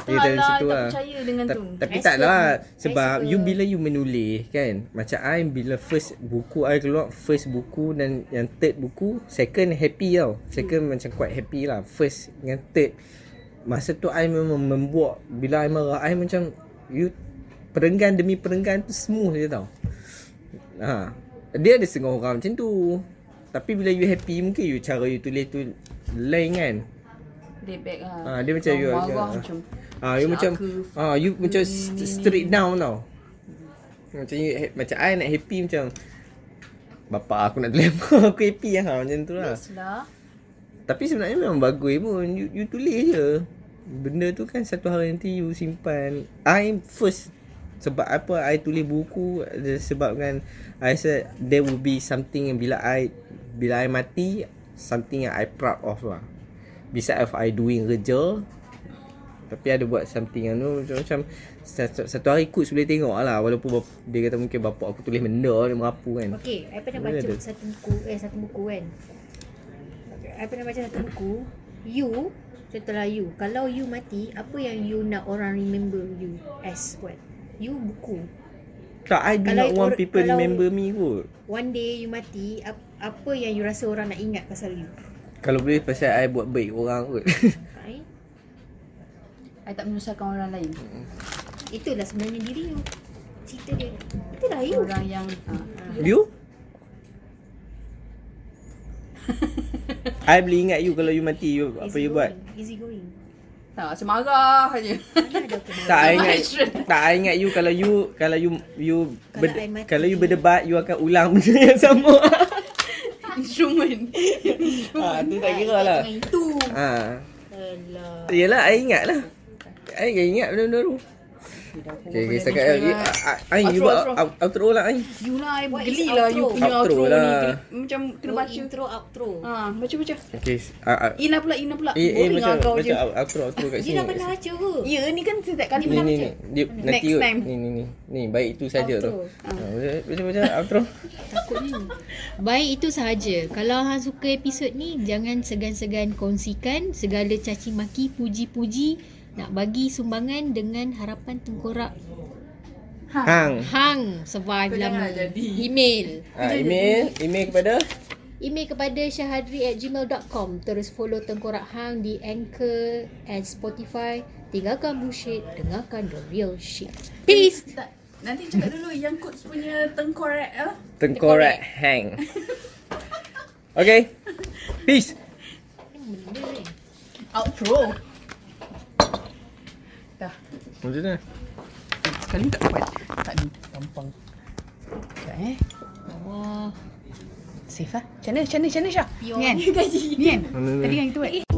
[SPEAKER 3] Dia dari
[SPEAKER 4] lah,
[SPEAKER 3] situ
[SPEAKER 4] tak
[SPEAKER 3] lah.
[SPEAKER 4] percaya dengan
[SPEAKER 3] Ta-
[SPEAKER 4] tu.
[SPEAKER 3] Tapi
[SPEAKER 2] I
[SPEAKER 3] tak
[SPEAKER 2] suka.
[SPEAKER 3] lah
[SPEAKER 2] I
[SPEAKER 3] Sebab
[SPEAKER 2] suka.
[SPEAKER 3] you bila you menulis kan Macam I bila first buku I keluar First buku dan yang third buku Second happy tau Second
[SPEAKER 4] Hmm.
[SPEAKER 3] macam quite happy lah First dengan third Masa tu I memang membuat Bila I marah I macam You Perenggan demi perenggan tu smooth je tau ha. Dia ada setengah orang macam tu Tapi bila you happy Mungkin you cara you tulis tu Lain kan
[SPEAKER 4] Dia back lah.
[SPEAKER 3] Ah, dia macam you
[SPEAKER 4] Marah
[SPEAKER 3] macam-
[SPEAKER 4] macam.
[SPEAKER 3] Ah, you macam
[SPEAKER 4] Cakap.
[SPEAKER 3] ah you macam st- straight down tau. Macam you, ha- macam I nak happy macam Bapak aku nak <laughs> tulis apa Aku happy lah ha, Macam tu lah
[SPEAKER 4] Best lah.
[SPEAKER 3] Tapi sebenarnya memang bagus pun You, you tulis je Benda tu kan satu hari nanti you simpan I first Sebab apa I tulis buku ada Sebabkan I said There will be something yang bila I Bila I mati Something yang I proud of lah Beside of I doing kerja tapi ada buat something yang tu macam, macam satu, satu hari coach boleh tengok lah walaupun bap- dia kata mungkin bapak aku tulis benda dia merapu kan
[SPEAKER 2] Okay, I pernah
[SPEAKER 3] Boleh ada.
[SPEAKER 2] baca satu buku eh satu buku kan. I pernah baca satu buku, you contohlah you, kalau you mati, apa yang you nak orang remember you as what? You buku.
[SPEAKER 3] tak I do
[SPEAKER 2] Kalau
[SPEAKER 3] not want
[SPEAKER 2] or-
[SPEAKER 3] people
[SPEAKER 2] kalau-
[SPEAKER 3] remember me kot
[SPEAKER 2] One day you mati, ap- apa yang you rasa orang nak ingat pasal you?
[SPEAKER 3] Kalau boleh pasal I buat baik orang kot <laughs>
[SPEAKER 2] Fine.
[SPEAKER 4] I tak menyusahkan orang lain.
[SPEAKER 2] Itulah sebenarnya diri you. Cerita dia. Itulah you.
[SPEAKER 4] Orang yang ah,
[SPEAKER 3] You? I boleh ingat you kalau you mati you, Apa
[SPEAKER 2] Easy
[SPEAKER 3] you buat
[SPEAKER 2] going, Easy going.
[SPEAKER 4] tak macam marah je. <laughs>
[SPEAKER 2] Mana ada aku buat?
[SPEAKER 3] Tak I ingat
[SPEAKER 4] Action.
[SPEAKER 3] Tak I ingat you Kalau you Kalau you you
[SPEAKER 2] Kalau I mati.
[SPEAKER 3] Kalau you berdebat You akan ulang <laughs> benda yang sama
[SPEAKER 4] <laughs> Instrument.
[SPEAKER 3] ha, Tu tak kira lah
[SPEAKER 2] Dengan itu.
[SPEAKER 3] ha.
[SPEAKER 2] Alah.
[SPEAKER 3] Yelah I ingat lah I akan ingat benda-benda
[SPEAKER 4] Oh,
[SPEAKER 3] tu Okay, okay, setakat Ain, you
[SPEAKER 4] Outro,
[SPEAKER 3] buat
[SPEAKER 4] outro.
[SPEAKER 3] out- outro lah Ain
[SPEAKER 4] lah, You lah, I
[SPEAKER 2] What
[SPEAKER 4] geli
[SPEAKER 2] is Oh.
[SPEAKER 4] lah
[SPEAKER 2] outro?
[SPEAKER 4] you punya
[SPEAKER 3] Outro
[SPEAKER 4] outro,
[SPEAKER 3] lah.
[SPEAKER 4] ni. Kena, macam kena
[SPEAKER 2] No
[SPEAKER 4] baca.
[SPEAKER 2] intro, outro.
[SPEAKER 4] Ah, baca-baca.
[SPEAKER 3] Okay, ah, ah.
[SPEAKER 4] Ina pula, Ina pula.
[SPEAKER 3] Eh, eh,
[SPEAKER 4] Boring
[SPEAKER 3] macam,
[SPEAKER 4] lah kau je.
[SPEAKER 3] macam out- outro, outro kat
[SPEAKER 2] Dia
[SPEAKER 3] sini
[SPEAKER 2] dah pernah baca ke?
[SPEAKER 4] Ya, ni kan setiap kali
[SPEAKER 3] Ni
[SPEAKER 4] pernah
[SPEAKER 3] ni
[SPEAKER 4] baca.
[SPEAKER 3] ni. Dia nanti
[SPEAKER 4] Next
[SPEAKER 3] kot.
[SPEAKER 4] time.
[SPEAKER 3] Ni ni ni. Ni baik itu saja tu.
[SPEAKER 2] Outro.
[SPEAKER 3] Ha, Macam macam outro.
[SPEAKER 2] Baik itu sahaja. Kalau hang suka episod ni, jangan segan-segan kongsikan segala caci maki, puji-puji, nak bagi sumbangan dengan harapan tengkorak
[SPEAKER 4] Ha. <laughs>
[SPEAKER 3] Hang.
[SPEAKER 2] Hang
[SPEAKER 4] Kau
[SPEAKER 2] survive lama.
[SPEAKER 4] janganlah jadi.
[SPEAKER 2] Email.
[SPEAKER 3] Ah, email, email kepada
[SPEAKER 2] Email kepada syahadri at gmail.com Terus follow Tengkorak Hang di Anchor and Spotify Tinggalkan bullshit, dengarkan the real shit Peace!
[SPEAKER 4] Tak. Nanti cakap dulu yang coach punya tengkorak ah.
[SPEAKER 3] Tengkorak Hang. Okay. Peace.
[SPEAKER 2] Benda ni.
[SPEAKER 4] Outro. Dah.
[SPEAKER 3] Macam mana?
[SPEAKER 4] Sekali tak dapat. Tak ni gampang. Sekejap eh. Oh.
[SPEAKER 2] Wah
[SPEAKER 4] Safe lah. Macam mana? Macam mana? Macam mana Syah? Ni kan?
[SPEAKER 2] Gaji
[SPEAKER 4] Ni kan? Tadi kan kita buat.